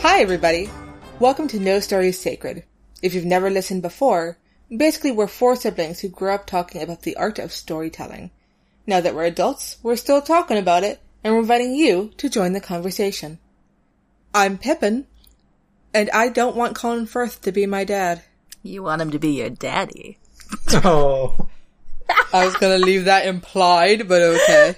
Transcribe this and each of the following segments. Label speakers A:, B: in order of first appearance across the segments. A: Hi, everybody. Welcome to No Stories Sacred. If you've never listened before, basically we're four siblings who grew up talking about the art of storytelling. Now that we're adults, we're still talking about it, and we're inviting you to join the conversation. I'm Pippin, and I don't want Colin Firth to be my dad.
B: You want him to be your daddy.
C: Oh.
A: I was gonna leave that implied, but okay.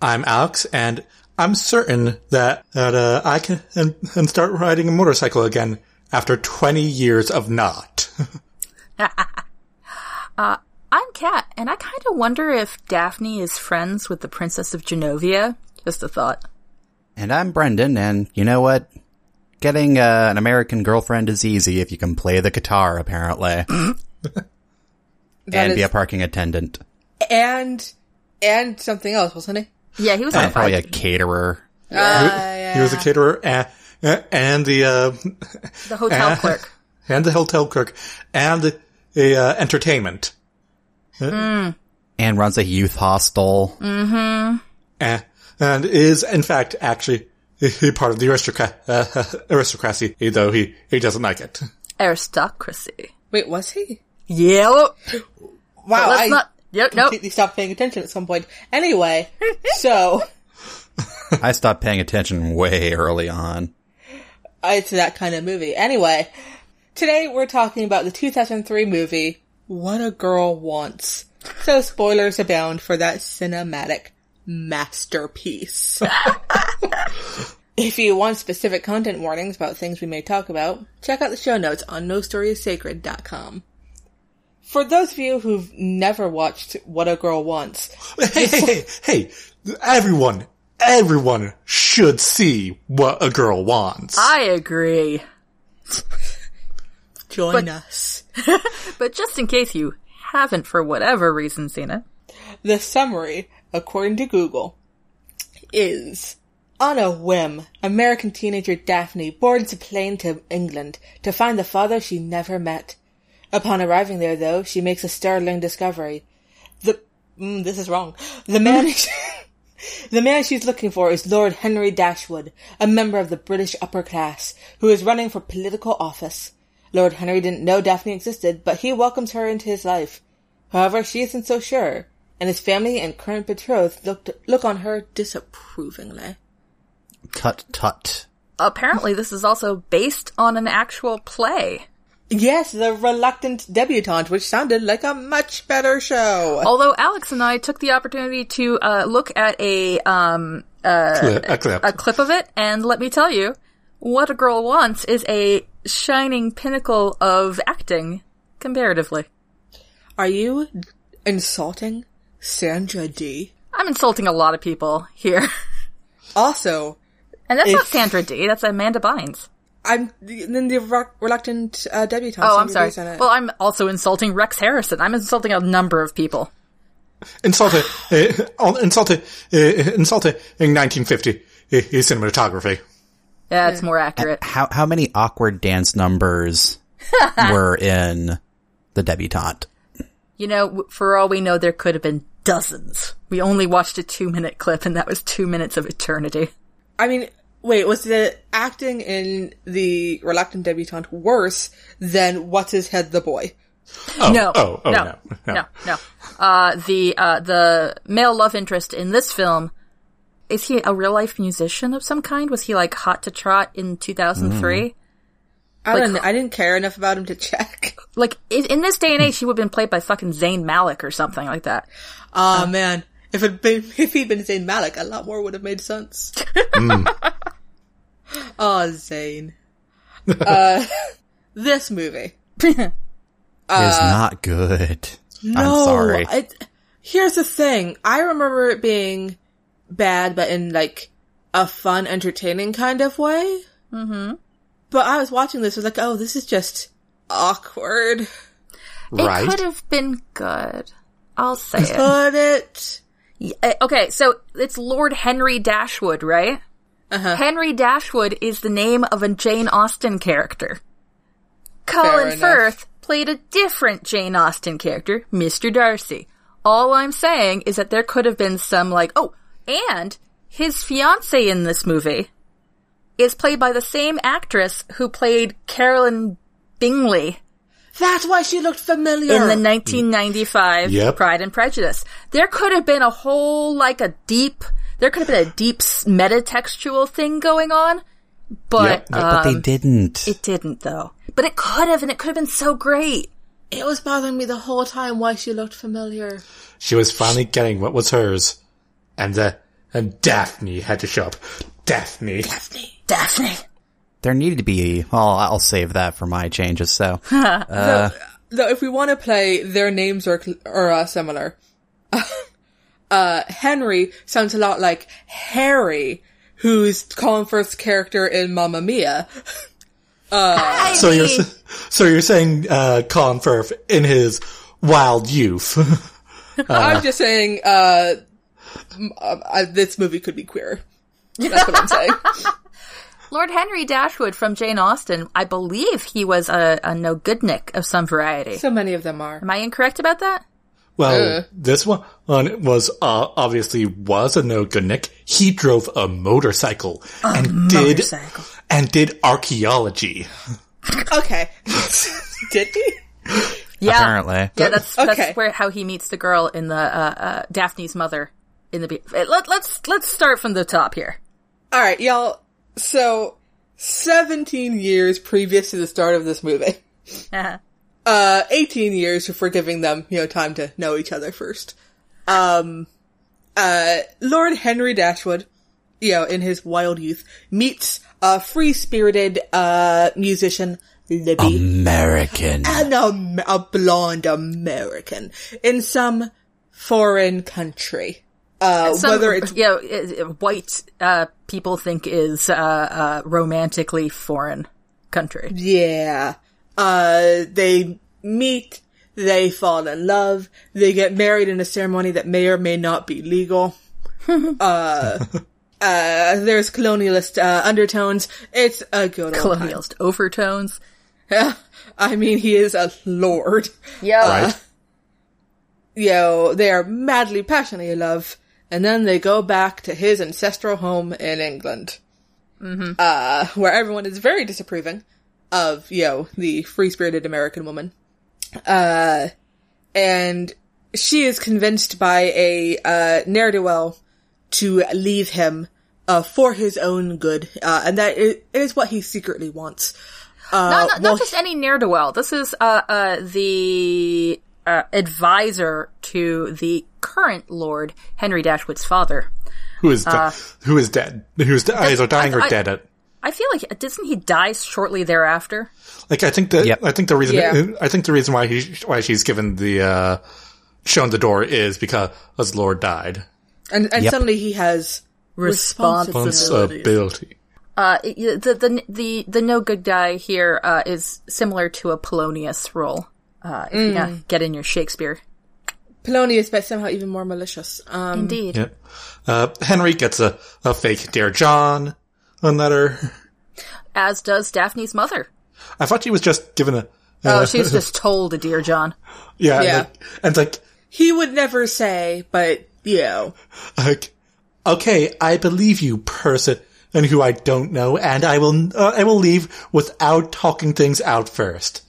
C: I'm Alex, and I'm certain that that uh, I can and, and start riding a motorcycle again after 20 years of not.
B: I'm Kat, and I kind of wonder if Daphne is friends with the Princess of Genovia. Just a thought.
D: And I'm Brendan, and you know what? Getting uh, an American girlfriend is easy if you can play the guitar, apparently,
A: That
D: and
A: is-
D: be a parking attendant,
A: and, and something else, wasn't it?
B: Yeah, he
A: Uh,
B: was on
A: oh,
D: probably
B: fire.
D: a caterer.
C: he was a caterer and, and the uh,
B: The hotel
A: Uh-huh.
C: Uh,
B: clerk.
C: and the hotel clerk and the uh, entertainment
D: And runs a youth hostel.
A: Mm.
C: and, and is in fact actually part of the aristocra- uh, aristocracy, though he he doesn't like it.
B: Aristocracy.
A: Wait, was he?
B: Yep.
A: Wow,
B: Let's
A: Oh, I
B: not. Yep, nope.
A: completely stopped paying attention at some point. Anyway, so
D: I stopped paying attention way early on.
A: it's uh, that kind of movie. Anyway, today we're talking about the 2003 movie What a Girl Wants. So spoilers abound for that cinematic masterpiece. if you want specific content warnings about things we may talk about, check out the show notes on nostorysacred.com. For those of you who've never watched What a Girl Wants,
C: hey, hey, hey, hey, everyone, everyone should see what a girl wants.
B: I agree.
A: join us.
B: But just in case you haven't, for whatever reason, seen it,
A: The summary, according to Google, is on a whim, American teenager Daphne boards a plane to England to find the father she never met. Upon arriving there, though, she makes a startling discovery. The mm, this is wrong. The man the man she's looking for is Lord Henry Dashwood, a member of the British upper class who is running for political office. Lord Henry didn't know Daphne existed, but he welcomes her into his life. However, she isn't so sure, and his family and current betrothed look look on her disapprovingly.
D: Tut tut.
B: apparently this is also based on an actual play.
A: Yes, the reluctant debutante, which sounded like a much better show.
B: Although Alex and I took the opportunity to uh, look at a um,
C: Cli- a clip.
B: a clip of it, and let me tell you, what a girl wants is a shining pinnacle of acting, comparatively.
A: Are you insulting Sandra D?
B: I'm insulting a lot of people here,
A: Also,
B: and that's not
A: If-
B: Sandra D. That's Amanda Bynes.
A: I'm then the re- reluctant uh, debutante.
B: Oh, I'm
A: Sandra
B: sorry.
A: Dee's in it.
B: Well, I'm also insulting Rex Harrison. I'm insulting a number of people.
C: insulted, uh, on- insulted, uh, insulted in 1950 uh, cinematography.
B: Yeah, it's more accurate.
D: How how many awkward dance numbers were in the debutante?
B: You know, w- for all we know, there could have been dozens. We only watched a two-minute clip, and that was two minutes of eternity.
A: I mean, wait, was the acting in the reluctant debutante worse than what's his head the boy?
C: Oh,
B: No.
C: oh, oh,
B: no.
C: no,
B: No. no. Uh, the uh, the male love interest in this film is he a real life musician of some kind? Was he like hot to trot in two thousand three?
C: Mm-hmm.
A: I
B: Like-
A: don't. know. I didn't care enough about him to check.
B: Like in, in this day and age, he would have been played by fucking Zayn Malik or something like that.
A: Ah man, if it been, if he'd been Zayn Malik, a lot more would have made sense. oh, Zayn. uh, this movie.
D: is not good.
A: Uh, No,
D: I'm sorry.
A: It, here's the thing. I remember it being bad, but in like a fun, entertaining kind of way. Mm-hmm. But I was watching this. I was like, oh, this is just awkward.
B: It could
C: Right?
B: have been good. I'll say it.
A: But it.
B: Uh, Okay, so it's Lord Henry Dashwood, right? Henry Dashwood is the name of a Jane Austen character. Colin
A: enough.
B: Firth played a different Jane Austen character, Mr. Darcy. All I'm saying is that there could have been some like, oh, and his fiance in this movie is played by the same actress who played Carolyn Bingley
A: That's why she looked familiar.
B: in the 1995
C: Yep.
B: Pride and Prejudice. There could have been a whole, like a deep, there could have been a deep s- metatextual thing going on, but,
C: Yep.
B: uh,
D: but they didn't.
B: it didn't though. But it could have, and it could have been so great.
A: it was bothering me the whole time why she looked familiar.
C: She was finally getting what was hers. And, uh, and Daphne had to show up. Daphne.
B: Daphne.
D: there needed to be. Well, I'll save that for my changes. So
A: Though, if we want to play, their names are cl- are uh, similar. uh, Henry sounds a lot like Harry, who's Colin Firth's character in Mamma Mia.
C: So you're, s- so you're saying, uh, Colin Firth in his wild youth.
A: I'm just saying, uh, m- uh, I- this movie could be queer. That's what I'm saying.
B: Lord Henry Dashwood from Jane Austen, I believe he was a, a no goodnik of some variety.
A: so many of them are.
B: Am I incorrect about that?
C: well, this one one was, uh, obviously was a no good Nick. He drove a motorcycle and
B: motorcycle.
C: did, and did archaeology.
A: Okay. Did we?
B: Yeah.
D: apparently,
B: Yeah, that's
A: Okay.
B: that's where how he meets the girl in the uh, uh, Daphne's mother in the be- eh, let, let's let's start from the top here.
A: All right, y'all. So, 17 years previous to the start of this movie. Uh, 18 years for giving them, you know, time to know each other first. Um, uh, Lord Henry Dashwood, you know, in his wild youth, meets a free-spirited, uh, musician, Libby
D: Um. American.
A: an Am- a blonde American in some foreign country. Uh,
B: Some,
A: whether it's
B: you know, i- i- white uh, people think is uh, uh, romantically foreign country.
A: yeah, uh, they meet, they fall in love, they get married in a ceremony that may or may not be legal. uh, uh, there's colonialist uh, undertones. It's a good old time.
B: Colonialist overtones.
A: I mean, he is a lord.
B: Yeah.
C: Right?
A: you know, they are madly passionately in love, and then they go back to his ancestral home in England. Mm-hmm. Uh, where everyone is very disapproving of, you know, the free-spirited American woman. Uh, and she is convinced by a, uh, ne'er-do-well to leave him, uh, for his own good, uh, and that is, is what he secretly wants. Uh,
B: No, no,
A: well,
B: not just any ne'er do well. This is uh, uh, the uh, advisor to the current Lord Henry Dashwood's father.
C: Who is, di- who is dead? Who's di- either dying or
B: Uh, I-
C: dead at,
B: I feel like doesn't he die shortly thereafter?
C: Like I think that
D: Yep.
C: I think the reason
A: Yeah.
C: I think the reason why he why she's given the uh shown the door is because Lord died.
A: and, and
D: Yep.
A: suddenly he has
B: Responsibility.
A: responsibility.
C: Responsibility.
B: Uh, it- you- the the the the no good guy here uh, is similar to a Polonius role. Uh, if you know,
A: Mm.
B: get in your Shakespeare,
A: Polonius, but somehow even more malicious. Um,
B: indeed.
C: Yep. Uh Henry gets a, a fake Dear John on letter.
B: As does Daphne's mother.
C: I thought she was just given a
B: Oh,
C: uh,
B: she was just told a dear John.
C: yeah,
A: Yeah.
C: Like, and it's like
A: he would never say, but you know,
C: like okay, I believe you person and who I don't know and I will uh, I will leave without talking things out first.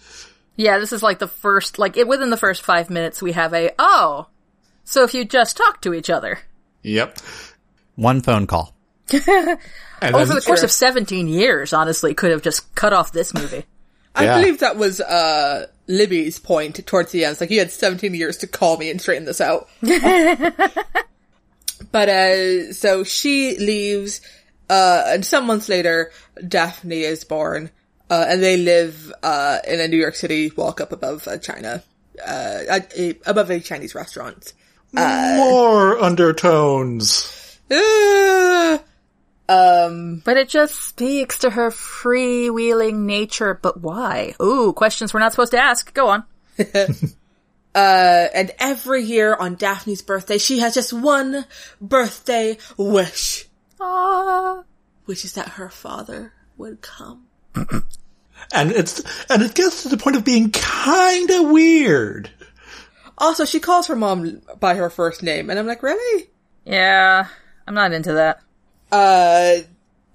B: Yeah, this is like the first, like it, within the first five minutes, we have a oh. So if you just talk to each other
C: Yep.
D: One phone call.
C: And
B: over the course of seventeen years, honestly, could have just cut off this movie.
A: I
C: Yeah.
A: believe that was uh Libby's point towards the end. It's like you had 17 years to call me and straighten this out. but uh, so she leaves, uh, and some months later, Daphne is born, uh, and they live uh in a New York City walk up above a China, uh, a, a- above a Chinese restaurant.
C: more undertones.
A: Uh, um,
B: But it just speaks to her freewheeling nature. But why? Ooh, questions we're not supposed to ask. Go on.
A: Uh, and every year on Daphne's birthday, she has just one birthday wish,
B: Ah.
A: which is that her father would come.
C: and it's and it gets to the point of being kind of weird.
A: Also, she calls her mom by her first name, and I'm like, really?
B: Yeah, I'm not into that.
A: Uh,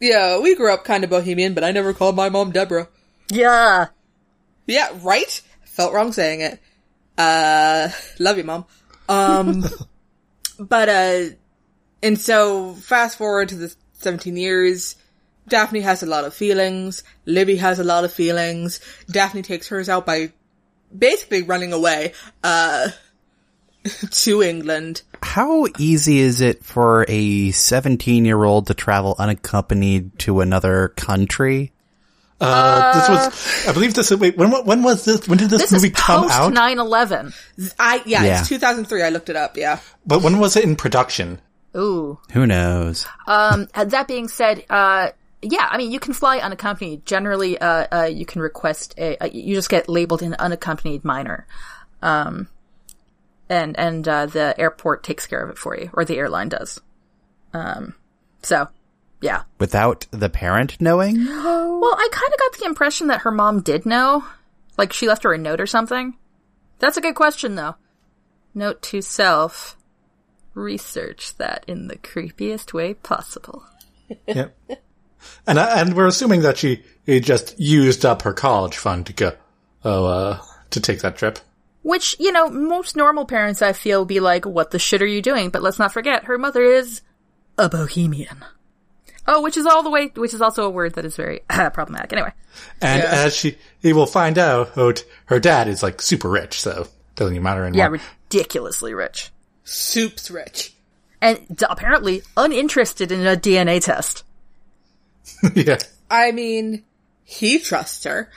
A: Yeah, we grew up kind of bohemian, but I never called my mom Deborah.
B: Yeah.
A: Yeah, right? Felt wrong saying it. Uh, love you, mom. Um, but, uh, and so fast forward to the 17 years, Daphne has a lot of feelings, Libby has a lot of feelings, Daphne takes hers out by basically running away, uh, to England.
D: How easy is it for a 17 year old to travel unaccompanied to another country?
C: Uh, this was, I believe this. Wait, when when was this? When did this,
B: This
C: movie
B: is
C: come
B: post
C: out?
B: 9-11.
A: I, yeah,
D: Yeah.
A: it's 2003, I looked it up, yeah.
C: But when was it in production?
B: Ooh.
D: Who knows?
B: Um, uh, that being said, uh, yeah, I mean, you can fly unaccompanied. Generally, uh, uh, you can request a, uh, you just get labeled an unaccompanied minor. Um, and, and, uh, the airport takes care of it for you, or the airline does. Um, so, yeah.
D: Without the parent knowing?
B: Well, I kind of got the impression that her mom did know. Like, she left her a note or something. That's a good question, though. Note to self. Research that in the creepiest way possible.
C: yeah. And I, and we're assuming that she he just used up her college fund to go oh, uh, to take that trip.
B: Which, you know, most normal parents I feel will be like, what the shit are you doing? But let's not forget, her mother is a bohemian. Oh, which is all the way, which is also a word that is very problematic. Anyway.
C: And
A: Yeah.
C: as she he will find out, oh, t- her dad is like super rich, so doesn't even matter
B: Yeah,
C: anymore.
B: ridiculously rich.
A: Soup's rich.
B: And d- apparently uninterested in a DNA test.
C: yeah.
A: I mean, he trusts her.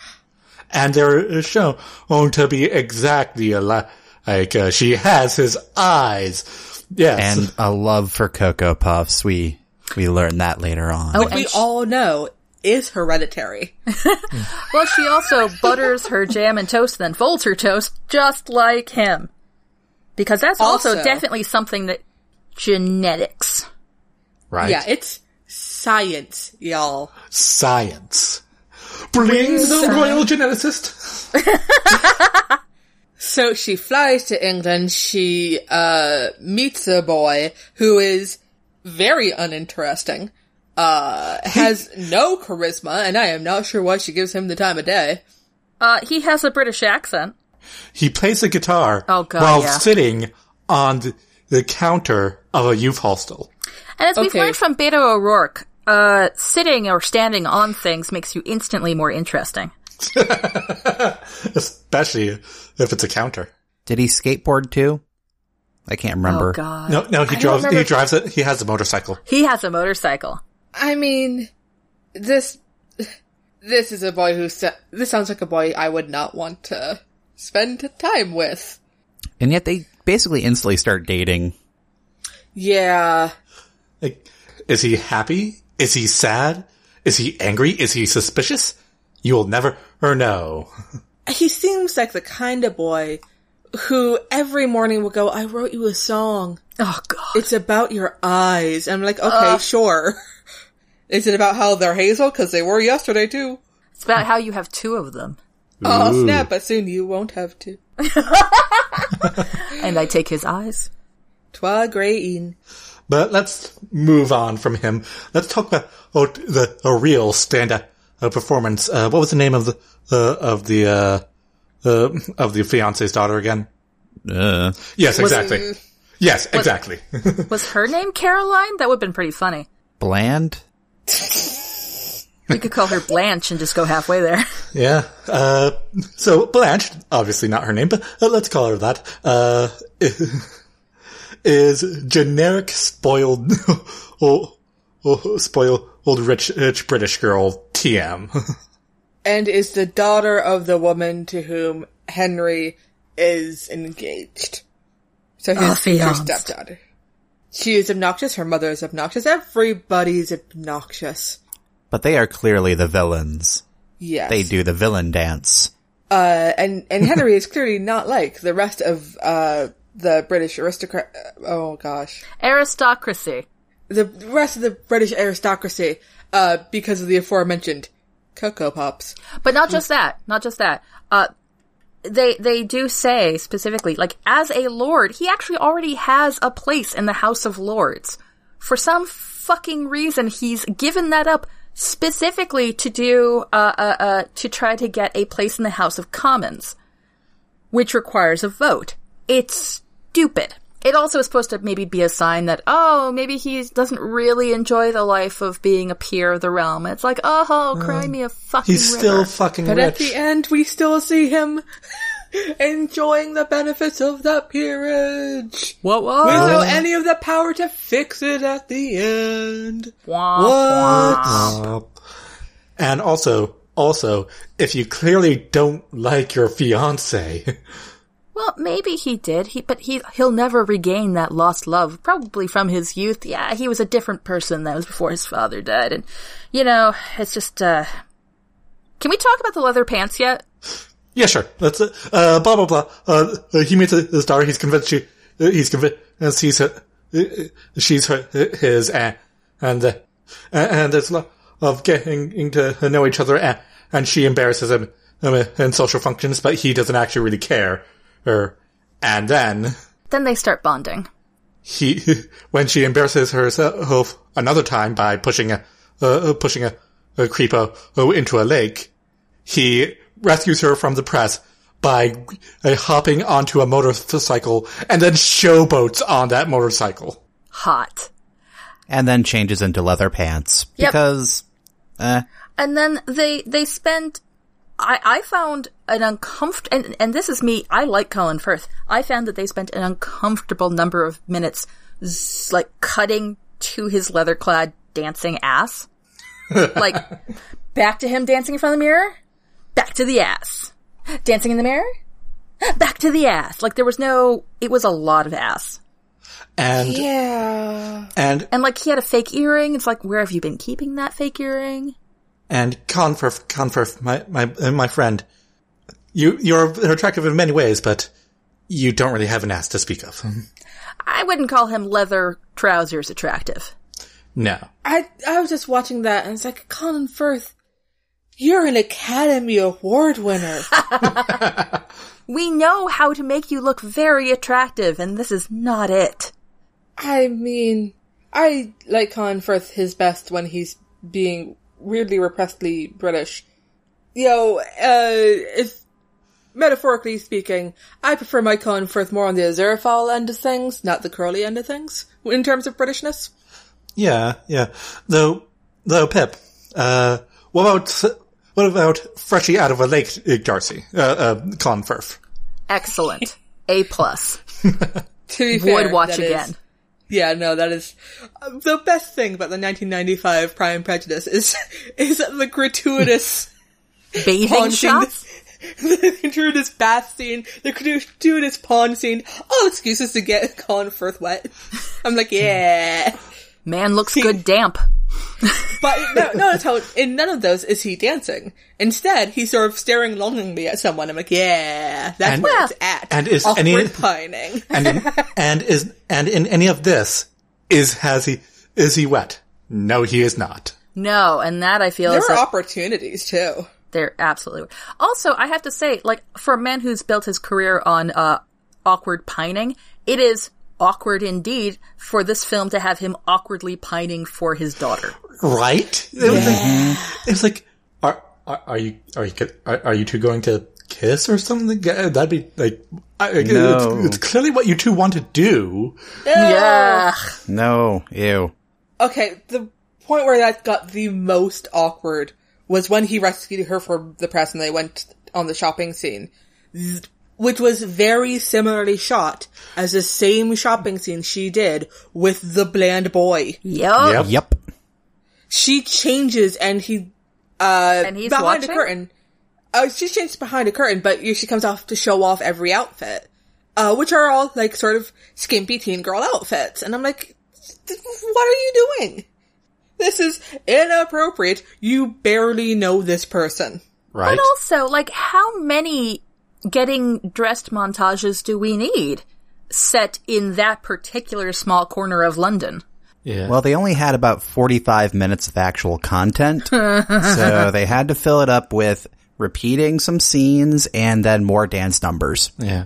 C: and they're shown to be exactly alike. Like uh, she has his eyes. Yes,
D: And a love for Cocoa Puffs. We, we learned that later on.
B: Oh,
A: We
B: and she-
A: all know is hereditary.
B: Well, she also butters her jam and toast, then folds her toast just like him. Because that's also,
A: Also-
B: definitely something that genetics.
C: right.
A: Yeah, it's science, y'all.
C: Science. Bring the royal geneticist.
A: So she flies to England. She uh meets a boy who is very uninteresting. Uh has no charisma and I am not sure why she gives him the time of day.
B: Uh, he has a British accent.
C: He plays the guitar
B: Oh, God,
C: while
B: yeah.
C: sitting on the, the counter of a youth hostel.
B: And as we've
A: Okay.
B: learned from Beto O'Rourke, uh, sitting or standing on things makes you instantly more interesting.
C: Especially if it's a counter.
D: Did he skateboard too? I can't remember.
B: Oh god.
C: No, no, he
A: don't
C: drives. He
A: remember-
C: drives it. He has a motorcycle.
B: He has a motorcycle.
A: I mean this this is a boy who sa- this sounds like a boy I would not want to spend time with.
D: And yet they basically instantly start dating.
A: Yeah.
C: Like, is he happy? Is he sad? Is he angry? Is he suspicious? You will never know.
A: he seems like the kind of boy who every morning will go, I wrote you a song.
B: Oh god.
A: It's about your eyes. I'm like, okay, sure. Is it about how they're hazel? Cause they were yesterday too.
B: It's about how you have two of them.
A: Oh snap, but soon you won't have to.
B: And I take his eyes.
A: Twa grain.
C: But let's move on from him. Let's talk about oh, the a real standout uh, performance. Uh, what was the name of the uh, of the uh, uh, of the fiance's daughter again?
D: Uh,
C: Yes, exactly. yes, exactly.
B: Was her name Caroline? That would have been pretty funny.
D: bland?
B: We could call her Blanche and just go halfway there.
C: yeah. Uh, so Blanche, obviously not her name, but uh, let's call her that. Uh, is generic spoiled oh, oh, spoiled old rich rich British girl TM.
A: And is the daughter of the woman to whom Henry is engaged. So his
B: Ah,
A: future
B: fianced.
A: stepdaughter. She is obnoxious, her mother is obnoxious, everybody's obnoxious.
D: But they are clearly the villains.
A: Yes.
D: They do the villain dance.
A: Uh, and and Henry is clearly not like the rest of uh the British aristocrat. Oh gosh,
B: Aristocracy.
A: the rest of the British aristocracy. Uh, because of the aforementioned cocoa pops.
B: But not just that. Not just that. Uh, they they do say specifically, like as a lord, he actually already has a place in the House of Lords. For some fucking reason he's given that up specifically to do uh, uh, uh, to try to get a place in the House of Commons, which requires a vote. It's stupid. It also is supposed to maybe be a sign that oh maybe he doesn't really enjoy the life of being a peer of the realm. It's like oh cry me a fucking.
C: Uh, He's still
B: river.
C: fucking
A: But
C: rich.
A: at the end, we still see him enjoying the benefits of that peerage.
B: Whoa, whoa.
A: We don't have any of the power to fix it at the end.
B: Wah, wah.
C: Uh, and also, also, if you clearly don't like your fiance,
B: Well, maybe he did. He, but he he'll never regain that lost love. Probably from his youth. Yeah, he was a different person. That was before his father died, and you know, it's just. uh Can we talk about the leather pants yet?
C: yeah, sure. That's uh, uh, blah blah blah. Uh, uh, he meets the star. He's convinced she. Uh, he's convinced he's her. Uh, uh, she's her. His and and uh, and there's a lot of getting to know each other, and, and she embarrasses him um, in social functions, but he doesn't actually really care. Or and then.
B: Then they start bonding.
C: he when she embarrasses herself another time by pushing a uh, pushing a, a creeper uh, into a lake, he rescues her from the press by uh, hopping onto a motorcycle and then showboats on that motorcycle.
B: Hot.
D: and then changes into leather pants
B: Yep.
D: because eh,
B: and then they they spent I, I found an uncomfortable and, and this is me i like colin firth i found that they spent an uncomfortable number of minutes z- like cutting to his leather clad dancing ass like back to him dancing in front of the mirror back to the ass dancing in the mirror back to the ass like there was no it was a lot of ass
C: And
A: Yeah.
C: and
B: and like he had a fake earring it's like where have you been keeping that fake earring
C: and Conferf Conferf, my my uh, my friend, you you're attractive in many ways, but you don't really have an ass to speak of.
B: i wouldn't call him leather trousers attractive
C: No.
A: I I was just watching that and it's like Colin Firth, you're an Academy Award winner.
B: We know how to make you look very attractive, and this is not it.
A: I mean, I like Colin Firth his best when he's being weirdly repressedly British. You know, uh, if metaphorically speaking, I prefer my Colin Firth more on the Aziraphale end of things, not the curly end of things, in terms of Britishness.
C: Yeah, yeah. Though, though, Pip, uh, what about what about Freshie out of a lake, uh, Darcy? Uh, uh, Clonferf.
B: Excellent. A plus.
A: To be fair,
B: Would watch
A: that is-
B: again.
A: yeah, no, that is uh, the best thing about the 1995 Prime Prejudice is is the gratuitous.
B: Bathing
A: Haunting
B: shots?
A: the gratuitous bath scene, the gratuitous pond scene, all excuses to get Colin Firth wet. I'm
C: Hmm.
A: like, yeah.
B: Man looks good damp.
A: But no, notice how in none of those is he dancing. Instead, he's sort of staring longingly at someone. I'm like, yeah, that's
C: And-
A: where it's at.
C: and is
A: Awkward
C: any-
A: pining.
C: And in, and is and in any of this is has he is he wet? No, he is not.
B: No, and that I feel
A: There
B: is
A: are
B: a-
A: opportunities too.
B: they're absolutely. Also, I have to say, like, for a man who's built his career on, uh, awkward pining, it is awkward indeed for this film to have him awkwardly pining for his daughter.
C: Right? It was like, it was like are, are are you are you are, are you two going to kiss or something? Uh, That'd be like. I, I-
D: No.
C: it's, it's clearly what you two want to do.
B: Yeah.
D: no, ew.
A: Okay, the point where that got the most awkward was when he rescued her from the press and they went on the shopping scene, th- which was very similarly shot as the same shopping scene she did with the bland boy.
B: Yup.
C: Yep.
D: Yep.
A: She changes and he, uh,
B: And he's
A: behind a
B: watching?
A: curtain. Uh, she changes behind a curtain, but she comes off to show off every outfit, uh, which are all like sort of skimpy teen girl outfits. And I'm like, what are you doing? This is inappropriate. You barely know this person.
C: Right.
B: But also, like, how many getting dressed montages do we need set in that particular small corner of London?
C: Yeah.
D: Well, they only had about 45 minutes of actual content, so they had to fill it up with repeating some scenes and then more dance numbers.
C: Yeah,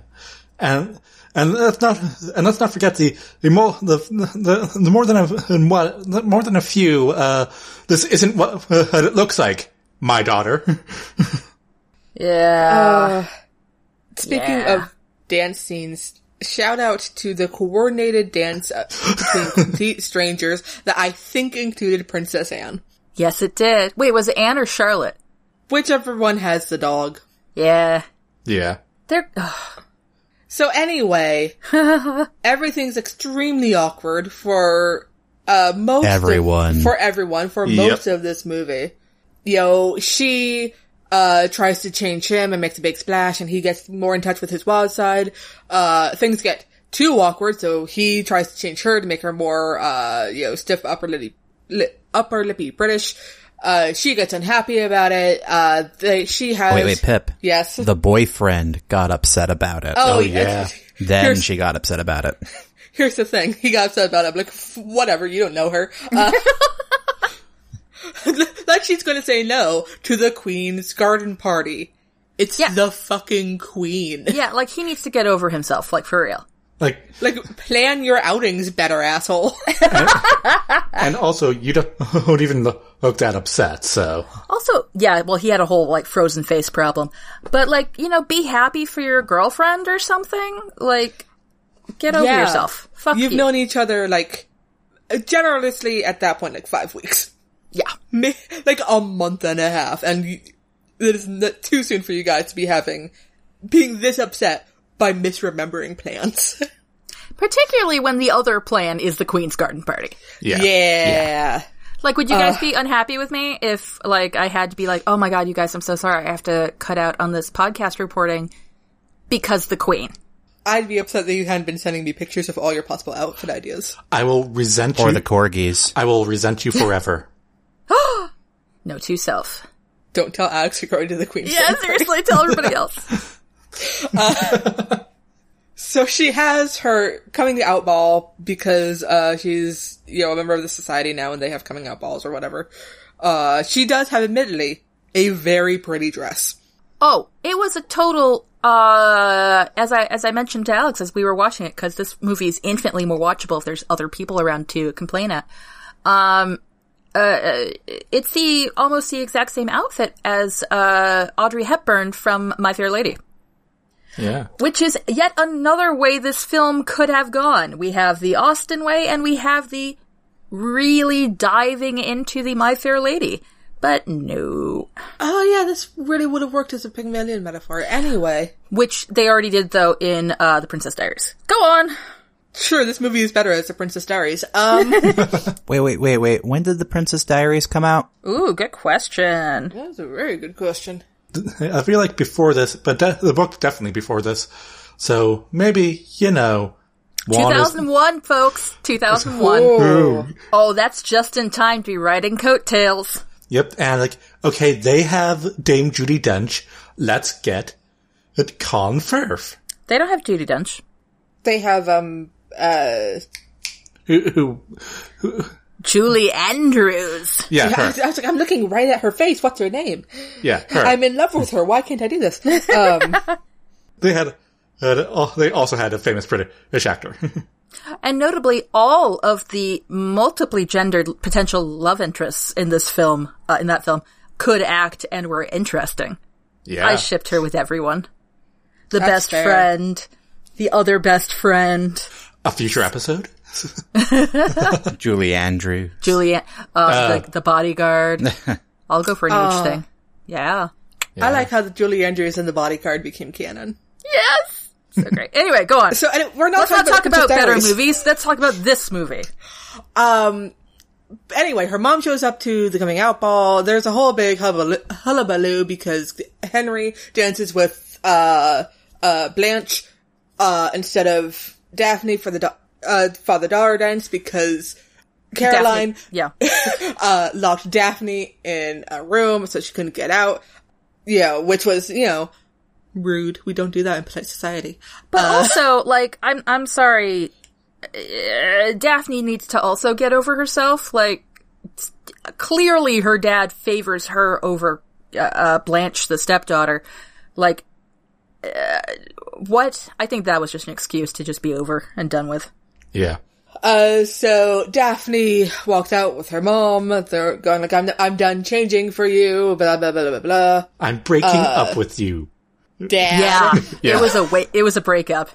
C: and And let's not and let's not forget the the more the the, the more than a what the more than a few. Uh, this isn't what, uh, what it looks like. My daughter.
B: Yeah.
A: Speaking
B: Uh, Yeah.
A: of dance scenes, shout out to the coordinated dance uh, between complete strangers that I think included Princess Anne.
B: yes, it did. Wait, was it Anne or Charlotte?
A: Whichever one has the dog.
B: Yeah.
C: yeah.
B: They're,
A: So anyway, everything's extremely awkward for uh most of-
D: Everyone.
A: for everyone for
C: Yep.
A: most of this movie. You know, she uh tries to change him and makes a big splash and he gets more in touch with his wild side. Uh things get too awkward, so he tries to change her to make her more uh you know, stiff upper lippy li- upper lippy British. Uh she gets unhappy about it. Uh they, she has
D: Oh, Wait, wait, Pip.
A: Yes.
D: The boyfriend got upset about it.
A: oh,
C: Oh,
A: yes.
C: yeah.
D: then
A: here's-
D: she got upset about it.
A: here's the thing. He got upset about it. I'm like, "F- whatever, you don't know her. Uh, like she's gonna say no to the queen's garden party. It's
B: Yeah.
A: the fucking queen.
B: yeah, like he needs to get over himself, like for real.
C: Like
A: Like, plan your outings better, asshole.
C: and also you don't, don't even look that upset. So
B: Also, yeah, well, he had a whole like frozen face problem, but like you know, be happy for your girlfriend or something. Like, get over
A: Yeah.
B: yourself. Fuck
A: You've
B: you.
A: known each other, like, generously at that point, like five weeks.
B: yeah,
A: May- Like a month and a half. And you- it is n- too soon for you guys to be having, being this upset by misremembering plans.
B: particularly when the other plan is the Queen's Garden Party.
C: yeah.
A: yeah.
B: Like, would you guys be unhappy with me if like I had to be like, oh my god, you guys, I'm so sorry, I have to cut out on this podcast reporting because the Queen.
A: I'd be upset that you hadn't been sending me pictures of all your possible outfit ideas.
C: I will resent
D: Or
C: you.
D: the corgis.
C: I will resent you forever.
B: No, to self.
A: Don't tell Alex you're going to the Queen's.
B: Yeah, seriously, tell everybody else.
A: So she has her coming out ball because uh, she's you know a member of the society now, and they have coming out balls or whatever. Uh, she does have, admittedly, a very pretty dress.
B: Oh, it was a total. Uh, as I as I mentioned to Alex as we were watching it, because this movie is infinitely more watchable if there's other people around to complain at. Um, uh, uh, it's the almost the exact same outfit as uh Audrey Hepburn from My Fair Lady,
C: Yeah.
B: which is yet another way this film could have gone. We have the Austin way, and we have the really diving into the My Fair Lady, but no.
A: Oh yeah, this really would have worked as a Pygmalion metaphor. Anyway,
B: which they already did though in uh, the Princess Diaries. Go on.
A: sure, this movie is better as the Princess Diaries. Um,
D: Wait, wait, wait, wait. When did the Princess Diaries come out?
B: Ooh, good question.
A: that's a very good question.
C: I feel like before this, but de- the book definitely before this. So maybe you know, Juan is-
B: 2001, folks. 2001.
A: Oh,
B: Oh, that's just in time to be riding coattails.
C: Yep, and like, okay, they have Dame Judy Dench. Let's get it Con Firth,
B: They don't have Judy Dench.
A: they have um uh
C: who, who,
B: Julie Andrews.
C: yeah,
A: I
C: her,
A: was, I was like, I'm looking right at her face. What's her name?
C: yeah, her.
A: I'm in love with her. Why can't I do this? Um,
C: they had, had oh, they also had a famous British actor.
B: And notably, all of the multiply gendered potential love interests in this film, uh, in that film, could act and were interesting.
C: yeah,
B: I shipped her with everyone. The
A: That's
B: best
A: fair.
B: friend, the other best friend,
C: a future episode.
D: Julie Andrew.
B: Juliet, uh, the, the bodyguard. I'll go for an
A: Uh.
B: huge thing. Yeah.
A: I like how the Julie Andrews and the bodyguard became canon.
B: Yes. So great. Anyway, go on.
A: So and we're not
B: Let's not
A: talking
B: talk about
A: about,
B: better
A: Princess Diaries.
B: movies. Let's talk about this movie.
A: Um. Anyway, her mom shows up to the coming out ball. There's a whole big hubbal- hullabaloo because Henry dances with uh uh Blanche uh instead of Daphne for the da- uh father daughter dance because Caroline
B: Daphne. Yeah.
A: uh, locked Daphne in a room so she couldn't get out. Yeah, which was, you know, rude. We don't do that in polite society.
B: But also, like, I'm I'm sorry. Uh, Daphne needs to also get over herself. Like, it's- clearly, her dad favors her over uh, uh, Blanche, the stepdaughter. Like, what? I think that was just an excuse to just be over and done with.
C: Yeah.
A: Uh, so Daphne walked out with her mom. They're going like, "I'm I'm done changing for you." Blah blah blah blah blah.
C: I'm breaking up with you.
A: Damn.
B: Yeah,
C: Yeah.
B: it was a wa- it was a breakup.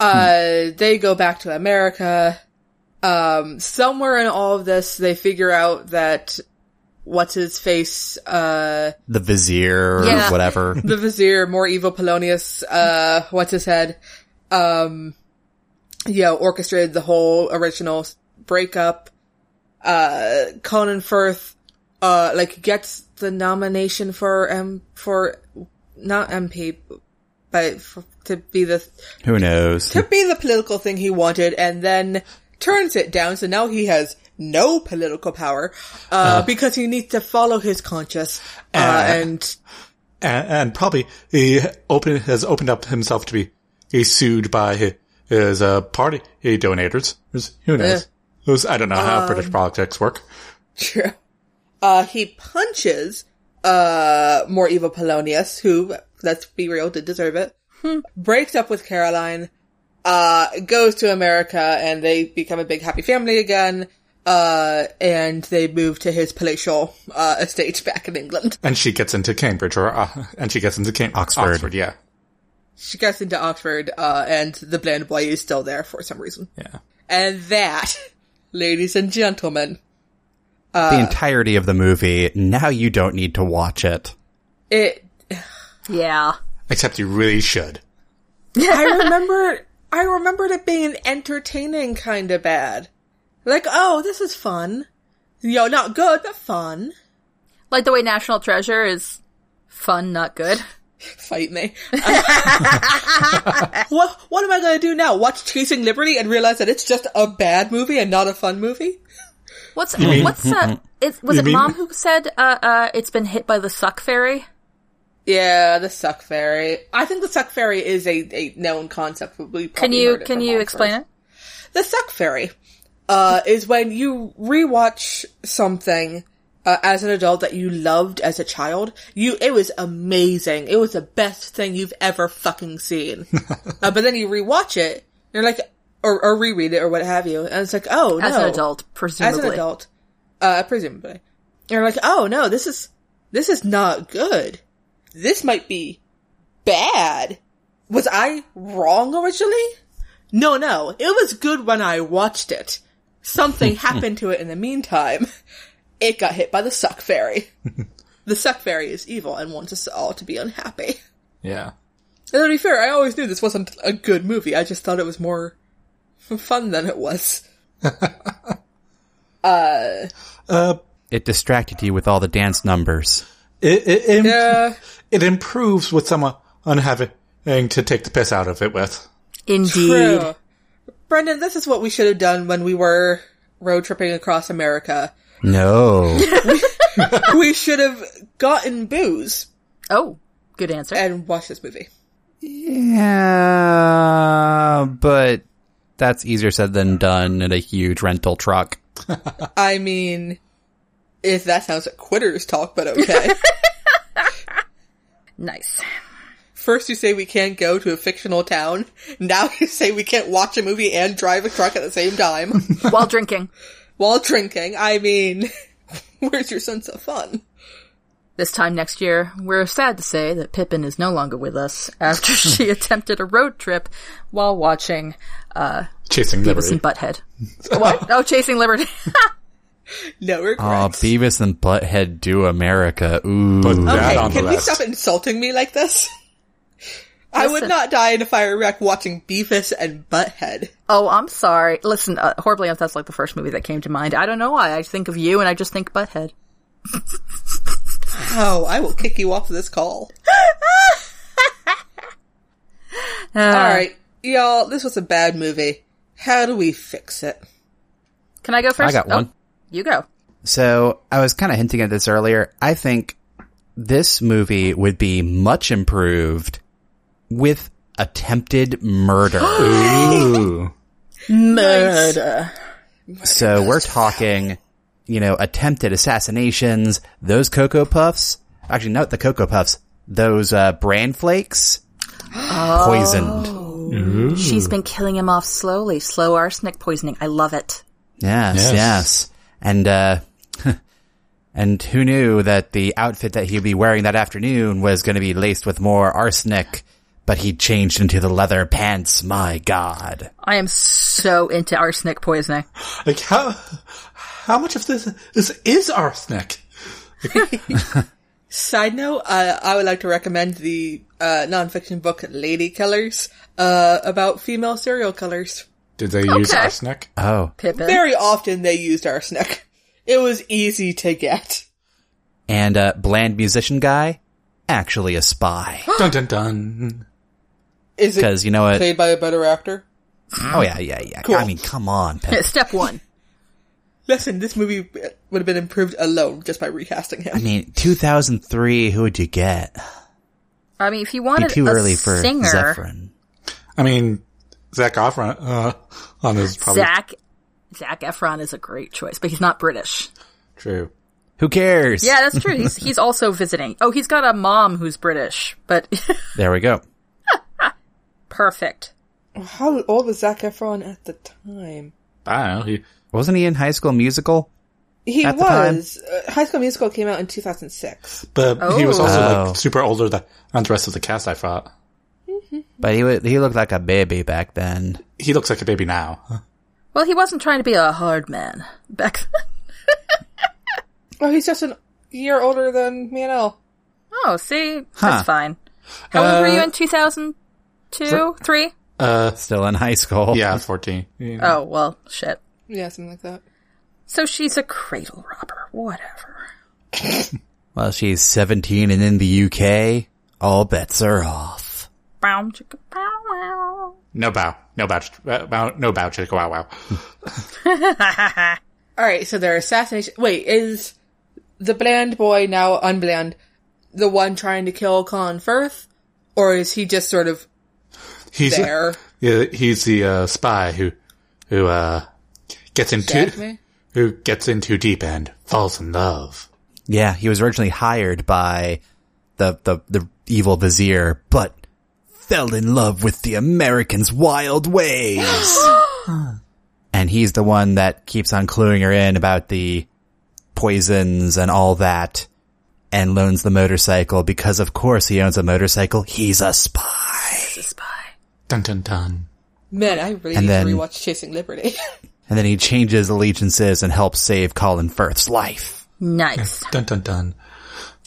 A: Uh, they go back to America. Um, somewhere in all of this, they figure out that what's his face, uh,
D: The Vizier or
B: Yeah.
D: whatever.
A: the Vizier, more evil Polonius, uh, what's his head, um, you know, orchestrated the whole original s- breakup. Uh, Conan Firth, uh, like gets the nomination for M for not MP, but for, to be the
D: Who knows?
A: to be the political thing he wanted and then turns it down. So now he has no political power, uh, because he needs to follow his conscience, uh,
C: Uh,
A: and
C: And, and probably he open, has opened up himself to be he's sued by his, his uh, party eh, donators. Who's- Who knows? Who's- I don't know how British politics work.
A: True. Uh, he punches, uh, more evil Polonius, who, let's be real, did deserve it. Breaks up with Caroline, uh, goes to America, and they become a big happy family again, uh, and they move to his palatial, uh, estate back in England.
C: And she gets into Cambridge, or uh, and she gets into Cam-
D: Oxford.
C: Oxford, yeah,
A: She gets into Oxford, uh, and the bland boy is still there for some reason.
C: yeah.
A: And that, ladies and gentlemen,
D: the entirety of the movie. Now you don't need to watch it.
A: it
B: Yeah,
C: Except you really should.
A: I remember I remembered it being an entertaining kind of bad. Like, oh, this is fun. Yo, not good, but fun.
B: like the way National Treasure is fun, not good.
A: Fight me. what what am I gonna do now? Watch Chasing Liberty and realize that it's just a bad movie and not a fun movie?
B: What's what's uh, it, was
C: You
B: it
C: mean-
B: mom who said uh uh it's been hit by the suck fairy?
A: Yeah, the Suck Fairy. I think the Suck Fairy is a, a known concept. But we
B: Can
A: probably
B: you
A: heard it
B: can
A: from
B: you
A: Mom
B: explain
A: first.
B: it?
A: The Suck Fairy uh, is when you rewatch something uh, as an adult that you loved as a child. You, it was amazing. It was the best thing you've ever fucking seen. uh, but then you rewatch it, you're like, or, or reread it or what have you, and it's like, oh
B: As
A: no,
B: an adult, presumably.
A: as an adult, uh, presumably, you're like, oh no, this is this is not good. This might be bad. Was I wrong originally? No, no, it was good when I watched it. Something happened to it in the meantime. It got hit by the suck fairy. the suck fairy is evil and wants us all to be unhappy.
C: Yeah.
A: And to be fair, I always knew this wasn't a good movie. I just thought it was more fun than it was.
D: It distracted you with all the dance numbers.
C: It it, it,
A: Yeah.
C: it improves with someone on having to take the piss out of it with.
B: Indeed.
A: True. Brendan, this is what we should have done when we were road tripping across America.
D: No.
A: we should have gotten booze
B: Oh, good answer.
A: and watched this movie.
D: yeah, but that's easier said than done in a huge rental truck.
A: I mean, if that sounds like quitters talk, but okay.
B: nice.
A: First you say we can't go to a fictional town. Now you say we can't watch a movie and drive a truck at the same time
B: While drinking
A: while drinking. I mean, where's your sense of fun?
B: this time next year, we're sad to say that Pippin is no longer with us after she attempted a road trip while watching
C: Chasing
B: Beavis
C: liberty.
B: and Butthead. what? Oh, Chasing Liberty.
A: No
D: Oh,
A: regrets.
D: Beavis and Butthead do America. Ooh.
C: Put that
A: Hey,
C: on the
A: can we
C: list.
A: stop insulting me like this? I would
B: Listen.
A: not die in a fire wreck watching Beavis and Butthead.
B: oh, I'm sorry. Listen, uh, horribly enough, that's like the first movie that came to mind. I don't know why. I think of you and I just think Butthead.
A: Oh, I will kick you off this call.
B: Uh,
A: Alright, y'all, this was a bad movie. How do we fix it?
B: Can I go first?
D: I got
B: Oh,
D: one.
B: you go.
D: So I was kind of hinting at this earlier. I think this movie would be much improved with attempted murder.
C: Ooh.
B: Murder.
D: so we're talking, you know, attempted assassinations, those Cocoa Puffs. Actually, not the Cocoa Puffs. Those, uh, bran flakes.
A: Oh.
D: poisoned.
B: She's been killing him off slowly. Slow arsenic poisoning. I love it.
D: Yes, yes,
C: Yes.
D: And uh and who knew that the outfit that he'd be wearing that afternoon was going to be laced with more arsenic, but he changed into the leather pants. My god.
B: I am so into arsenic poisoning.
C: Like how how much of this this is arsenic?
A: Side note, uh, I would like to recommend the uh, nonfiction book Lady Killers uh, about female serial killers.
C: Did they use
B: Okay.
C: arsenic?
D: Oh.
B: Pippin.
A: Very often they used arsenic. It was easy to get.
D: And uh bland musician guy actually a spy.
C: dun dun dun.
A: Is it
D: Cuz you know
C: uh,
D: what?
A: played by a better actor?
D: Oh yeah, yeah, yeah.
A: Cool.
D: I mean, come on. Pep.
B: Step one.
A: Listen, this movie would have been improved alone just by recasting
D: I
A: him.
D: mean, 2003, who would you get?
B: I mean, if he
D: Be
B: wanted
D: too
B: a
D: early for
B: singer,
D: Zephyrin.
C: I mean, Zach Efron uh, on is probably
B: Zach Zach Efron is a great choice, but he's not British.
C: true.
D: Who cares?
B: Yeah, that's true. He's he's also visiting. Oh, he's got a mom who's British, but
D: There we go.
B: perfect.
A: How old was Zac Efron at the time?
C: I don't know. He,
D: Wasn't he in High School Musical?
A: He
D: At the
A: was. Uh, High School Musical came out in 2006.
C: but he was also
D: Oh.
C: like super older than than the rest of the cast. I thought
D: But he wa- he looked like a baby back then.
C: he looks like a baby now.
B: Well, he wasn't trying to be a hard man back then.
A: Oh, he's just a year older than me and Elle.
B: Oh, see,
D: Huh.
B: that's fine. How old were you in two thousand two, three?
D: Still in high school.
C: Yeah, fourteen.
B: Oh well, shit.
A: Yeah, something like that.
B: So she's a cradle robber. Whatever.
D: Well, she's 17 and in the UK. All bets are off.
B: Bow, chicka, bow, wow.
C: No bow, no bow, uh, bow no bow. Chicka wow wow.
A: All right, so their assassination. Wait, is the bland boy now unbland the one trying to kill Colin Firth, or is he just sort of
C: He's
A: there?
C: yeah, he's the uh, spy who who uh, gets in
A: Jack
C: too
A: me?
C: who gets in too deep and falls in love.
D: Yeah, he was originally hired by the, the, the evil vizier, but fell in love with the Americans' wild ways. and he's the one that keeps on cluing her in about the poisons and all that and loans the motorcycle because of course he owns a motorcycle. He's a spy.
B: He's a spy.
C: Dun dun dun.
A: Man, I really
D: And
A: need
D: then-
A: to rewatch Chasing Liberty.
D: And then he changes allegiances and helps save Colin Firth's life.
B: Nice.
C: Dun dun dun.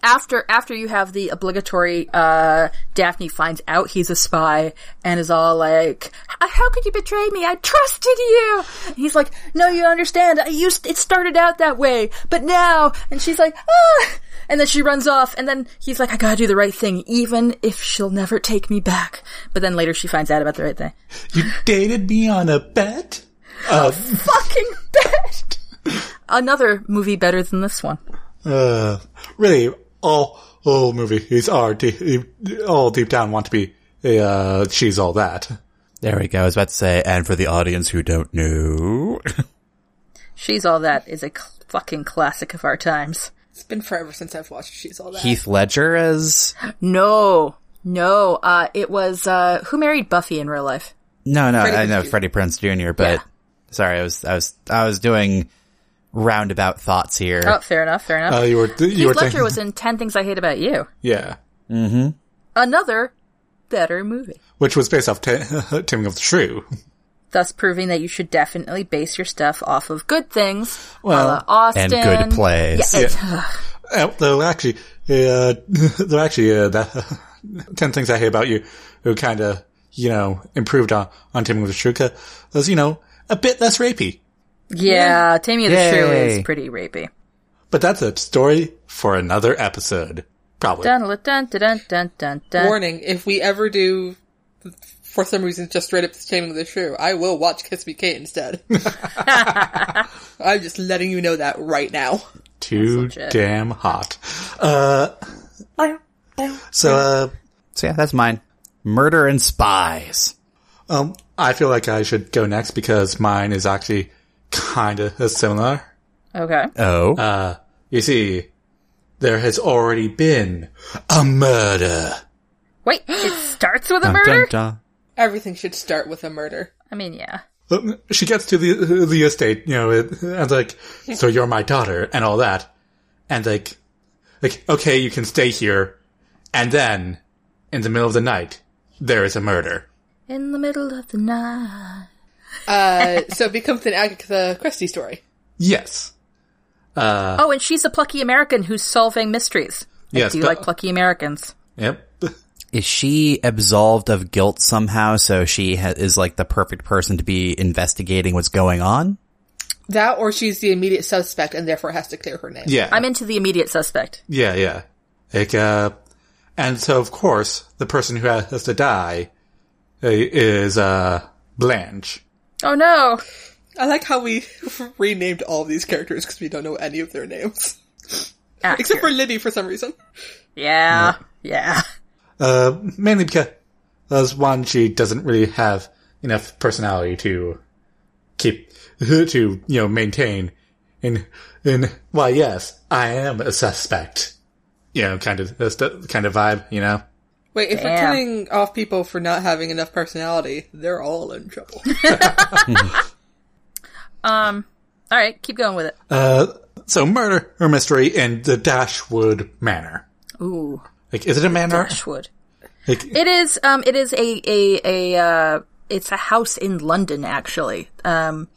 B: after after you have the obligatory uh Daphne finds out he's a spy and is all like, "How could you betray me? I trusted you." He's like, "No, you don't understand. I used it started out that way, but now." And she's like, "Ah!" And then she runs off and then he's like, "I got to do the right thing even if she'll never take me back." But then later she finds out about the right thing.
C: You dated me on a bet. Uh,
B: Fucking bad. Another movie better than this one.
C: uh, really, all all movies are de- all deep down want to be. Uh, she's all that.
D: There we go. I was about to say, and for the audience who don't know,
B: She's all that is a cl- fucking classic of our times.
A: it's been forever since I've watched She's All That.
D: Heath Ledger as
B: No, no. Uh, it was uh, who married Buffy in real life?
D: no, no,
A: Freddie
D: I know
A: Prinze Jr.
D: Freddie Prince Jr. But
B: Yeah.
D: sorry, I was, I was, I was doing roundabout thoughts here.
B: Oh, fair enough, fair enough.
C: Uh, you were you
B: Heath
C: were
B: Ledger
C: thinking,
B: was in Ten Things I Hate About You.
C: yeah,
B: Another better movie,
C: which was based off t- Timing of the Shrew.
B: thus proving that you should definitely base your stuff off of good things. a
C: Well,
B: la Austin
D: and good plays.
B: Yeah, it-
C: Uh, though actually, uh, though actually, uh, the ten things I hate about you, who kind of you know improved on on Timmy with Shuka, was you know a bit less rapey.
B: yeah. Tammy of the Shrew
D: Yay.
B: is pretty rapey.
C: But that's a story for another episode, probably.
B: Dun dun dun dun dun dun.
A: Warning: If we ever do, for some reason, just straight up Shaming the Shrew, I will watch Kiss Me Kate instead. I'm just letting you know that right now.
C: Too damn hot. Uh, so uh,
D: So yeah, that's mine. Murder and spies.
C: um, I feel like I should go next because mine is actually kind of similar.
B: Okay.
D: Oh,
C: You see, there has already been a murder.
B: Wait, it starts with a
D: Dun,
B: murder?
D: dun, dun.
A: Everything should start with a murder.
B: I mean, yeah.
C: Um, She gets to the the estate, you know, it, and like, so you're my daughter and all that, and like, like okay, you can stay here, and then in the middle of the night there is a murder.
B: In the middle of the night.
A: Uh, so it becomes an Agatha Christie story.
C: Yes,
B: oh, and she's a plucky American who's solving mysteries. I
C: yes,
B: do
C: but-
B: like plucky Americans.
C: Yep.
D: Is she absolved of guilt somehow? So she ha- is like the perfect person to be investigating what's going on.
A: That or she's the immediate suspect and therefore has to clear her name.
C: Yeah,
B: I'm into the immediate suspect.
C: yeah, yeah. Like, uh, and so of course the person who has to die uh, is uh Blanche.
B: Oh no.
A: I like how we renamed all these characters because we don't know any of their names. Except for Liddy for some reason.
B: yeah. Yeah.
C: Uh, mainly because as one, she doesn't really have enough personality to keep to you know maintain. In in why yes, I am a suspect. You know, kind of that's the kind of vibe. You know,
A: Wait, if we're
B: Damn.
A: killing off people for not having enough personality, they're all in trouble.
B: Um. All right, keep going with it.
C: uh, so murder or mystery in the Dashwood Manor.
B: Ooh,
C: Like, is it a manor?
B: Dashwood.
C: Like,
B: It is. Um. It is a a a. Uh, it's a house in London, actually. Um,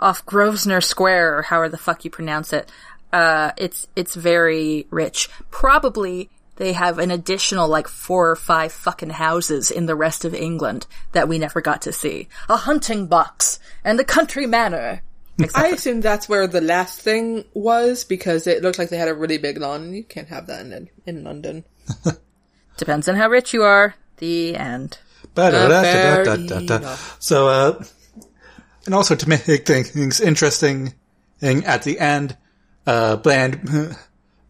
B: off Grosvenor Square, or however the fuck you pronounce it. Uh, it's it's very rich. Probably they have an additional like four or five fucking houses in the rest of England that we never got to see. A hunting box and the country manor.
A: I assume that's where the last thing was because it looked like they had a really big lawn. and You can't have that in in London.
B: Depends on how rich you are. The end.
C: Ba-da-da-da-da-da-da. So, uh, and also to make things interesting and at the end, uh, bland,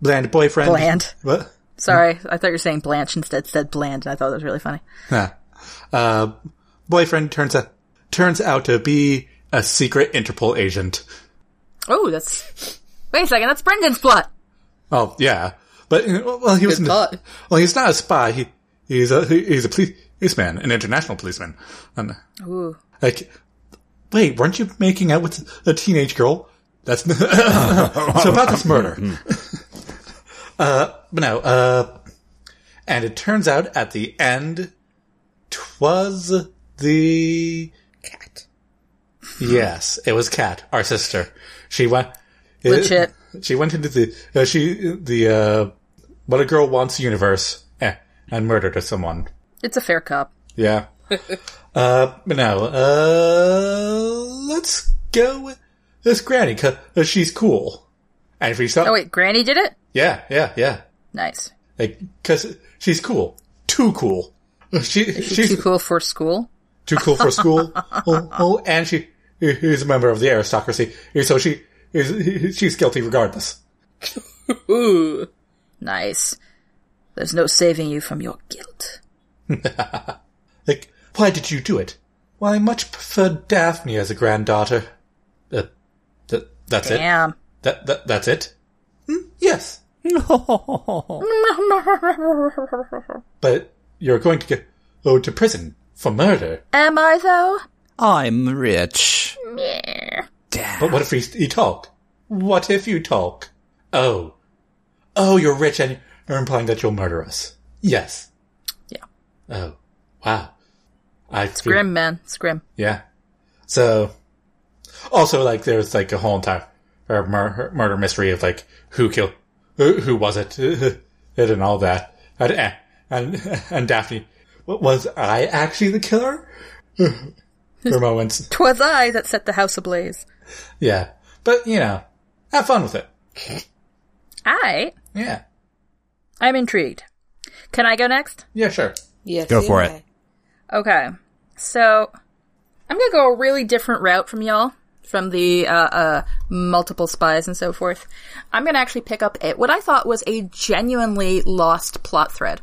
C: bland boyfriend.
B: Bland.
C: What?
B: Sorry, I thought you were saying Blanche instead said bland, and I thought that was really funny.
C: Huh. Uh, boyfriend turns out, turns out to be a secret Interpol agent.
B: Oh, that's. Wait a second, that's Brendan's plot.
C: Oh, yeah. But, you know, well, he was,
A: Good thought.
C: well, he's not a spy. He, he's a, he- he's a policeman, an international policeman. And-
B: Ooh.
C: Like, wait, weren't you making out with a teenage girl? That's so about this murder. uh, but no, uh, and it turns out at the end, twas the
A: Cat.
C: yes, it was Kat, our sister. She went it-
B: Legit.
C: she went into the uh, she the uh, what a girl wants universe eh, and murdered someone.
B: It's a fair cop.
C: Yeah. uh, but no, uh, let's go with this granny, cause uh, she's cool. And if she's not,
B: Oh, wait, Granny did it?
C: yeah, yeah, yeah.
B: Nice.
C: Like, cause she's cool. Too cool. She, she's
B: Too cool for school?
C: too cool for school. oh, oh, and she is a member of the aristocracy, so she is, she's guilty regardless.
A: Ooh.
B: Nice. There's no saving you from your guilt.
C: Like, why did you do it? Well, I much preferred Daphne as a granddaughter. Uh, that, that's it.
B: Damn.
C: That, that that's it. Hmm, yes, but you're going to go to prison for murder.
B: Am I, though?
D: I'm rich.
B: Meh.
C: But what if we, you talk? What if you talk? Oh, oh, you're rich and you're implying that you'll murder us. Yes.
B: Yeah.
C: Oh, wow. I
B: It's grim, man. It's grim.
C: Yeah. So, also like there's like a whole entire or mur- murder mystery of like who killed, who, who was it, it and all that, and eh, and and Daphne, "W- was I actually the killer? For moments,
B: Twas I that set the house ablaze.
C: yeah. But you know, have fun with it.
B: I?
C: Yeah,
B: I'm intrigued. Can I go next?
C: yeah, sure.
A: Yes.
D: Go for it.
B: Okay. So I'm going to go a really different route from y'all, from the uh, uh, multiple spies and so forth. I'm going to actually pick up a, what I thought was a genuinely lost plot thread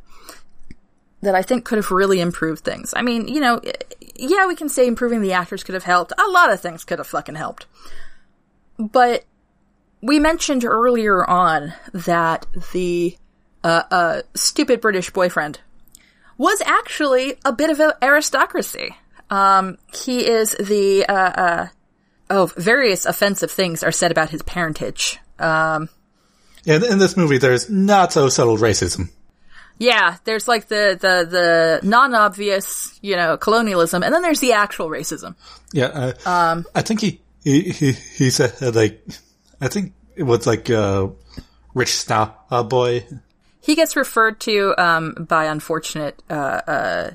B: that I think could have really improved things. I mean, you know, y- yeah, we can say improving the actors could have helped. A lot of things could have fucking helped. But we mentioned earlier on that the uh, uh, stupid British boyfriend was actually a bit of an aristocracy. Um, he is the uh, uh, oh, various offensive things are said about his parentage. Um,
C: In, in this movie, there's not so subtle racism.
B: yeah, there's like the the the non-obvious, you know, colonialism, and then there's the actual racism.
C: Yeah. Uh, um, I think he, he, he, he said, uh, like, I think it was like, uh, Rich Snow uh, Boy.
B: He gets referred to um, by unfortunate, uh, uh,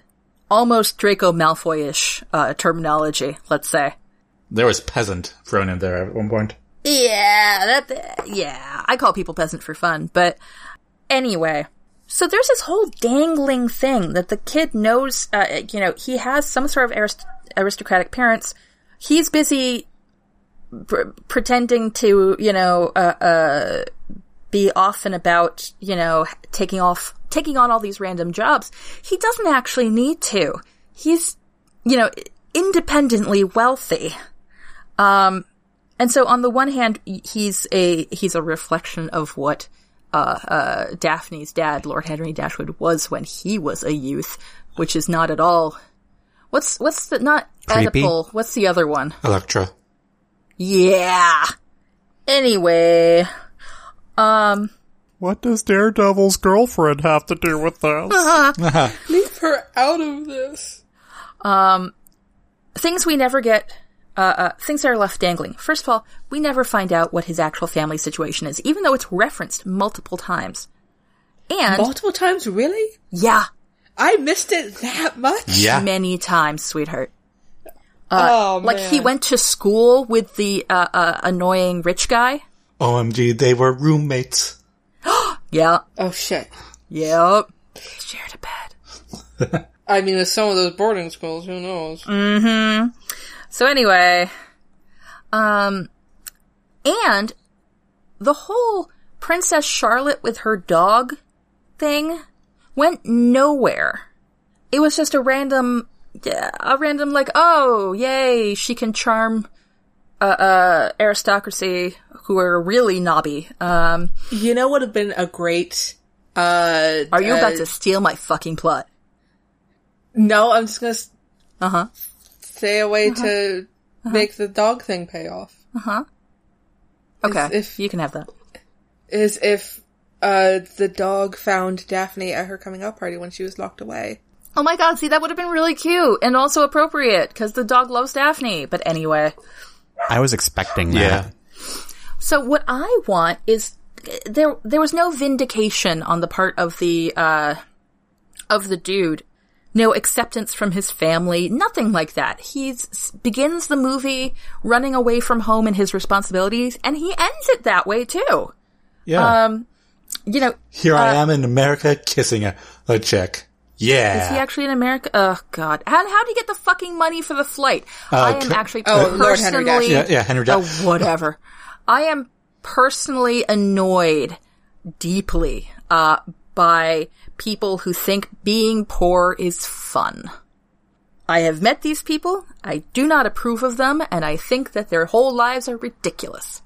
B: almost Draco Malfoy-ish uh, terminology. Let's say.
C: There was peasant thrown in there at one point.
B: Yeah, that, yeah. I call people peasant for fun, but anyway. So there's this whole dangling thing that the kid knows, uh, you know, he has some sort of arist- aristocratic parents. He's busy pr- pretending to, you know, uh, uh, be off and about, you know, taking off, taking on all these random jobs. He doesn't actually need to. He's, you know, independently wealthy. Um, and so on the one hand, y- he's a he's a reflection of what uh, uh, Daphne's dad, Lord Henry Dashwood, was when he was a youth, which is not at all. What's what's the not
D: Creepy?
B: Oedipal? What's the other one?
C: Electra.
B: Yeah. Anyway, um,
E: What does Daredevil's girlfriend have to do with this?
A: Leave her out of this.
B: things we never get. Uh, uh, things that are left dangling. First of all, we never find out what his actual family situation is, even though it's referenced multiple times. And
A: Multiple times, really?
B: yeah,
A: I missed it that much?
C: Yeah.
B: many times, sweetheart.
A: oh,
B: Uh, Like he
A: man.
B: went to school with the uh, uh, annoying rich guy.
C: OMG, they were roommates.
B: Yeah.
A: Oh, shit.
B: Yep. Shared a bed.
A: I mean, with some of those boarding schools, who knows?
B: Mm-hmm. So anyway, um, and the whole Princess Charlotte with her dog thing went nowhere. It was just a random, yeah, a random like, oh, yay, she can charm, uh, uh, aristocracy who are really knobby. Um,
A: You know what would have been a great, uh,
B: are you
A: uh,
B: about to steal my fucking plot?
A: No, I'm just gonna s-
B: Uh huh.
A: say a
B: Uh-huh.
A: way to make the dog thing pay off.
B: Okay.
A: If- if-
B: you can have that.
A: Is if, uh, the dog found Daphne at her coming out party when she was locked away.
B: Oh my god, see, that would have been really cute and also appropriate because the dog loves Daphne. But anyway.
D: I was expecting that.
B: So what I want is there there was no vindication on the part of the uh of the dude. No acceptance from his family, nothing like that. He begins the movie running away from home and his responsibilities and he ends it that way too.
C: Yeah.
B: Um uh, you know,
C: Here I am in America kissing a, a chick. Yeah.
B: is he actually in America? Oh god. How how do you get the fucking money for the flight? I am
C: c-
B: actually
A: Oh,
B: personally
A: Lord Henry Dash.
C: Uh, yeah, yeah, Henry Dow-
B: Oh, whatever. I am personally annoyed deeply uh, by people who think being poor is fun. I have met these people, I do not approve of them, and I think that their whole lives are ridiculous.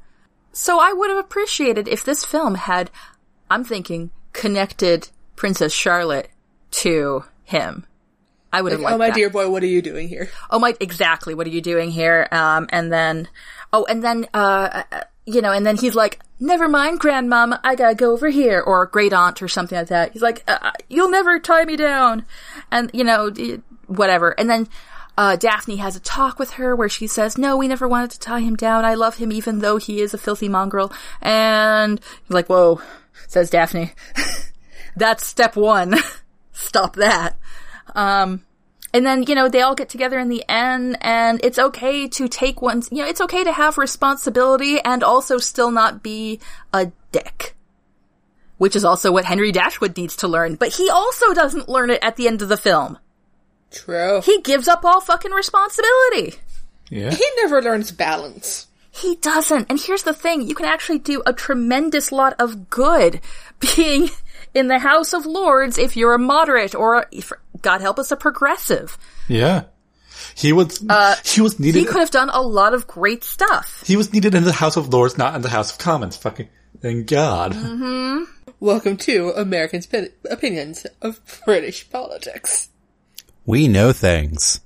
B: So I would have appreciated if this film had, I'm thinking, connected Princess Charlotte to him. I would have liked
A: oh, my
B: that.
A: dear boy, what are you doing here?
B: Oh my, exactly. What are you doing here? Um, and then, oh, and then, uh, uh, you know, and then he's like, never mind, grandmama, I gotta go over here, or great aunt, or something like that. He's like, uh, uh, you'll never tie me down. And, you know, d- whatever. And then, uh, Daphne has a talk with her where she says, no, we never wanted to tie him down. I love him even though he is a filthy mongrel. And he's like, whoa, says Daphne. That's step one. Stop that. Um, and then, you know, they all get together in the end and it's okay to take one's, you know, it's okay to have responsibility and also still not be a dick. Which is also what Henry Dashwood needs to learn, but he also doesn't learn it at the end of the film.
A: True.
B: He gives up all fucking responsibility.
C: yeah.
A: He never learns balance.
B: He doesn't. And here's the thing, you can actually do a tremendous lot of good being in the House of Lords if you're a moderate or, if, God help us, a progressive.
C: Yeah. He was, he was
B: Uh, He
C: needed,
B: could have done a lot of great stuff.
C: he was needed in the House of Lords, not in the House of Commons. Fucking, thank God.
A: Welcome to Americans' Pin- Opinions of British Politics.
D: We know things.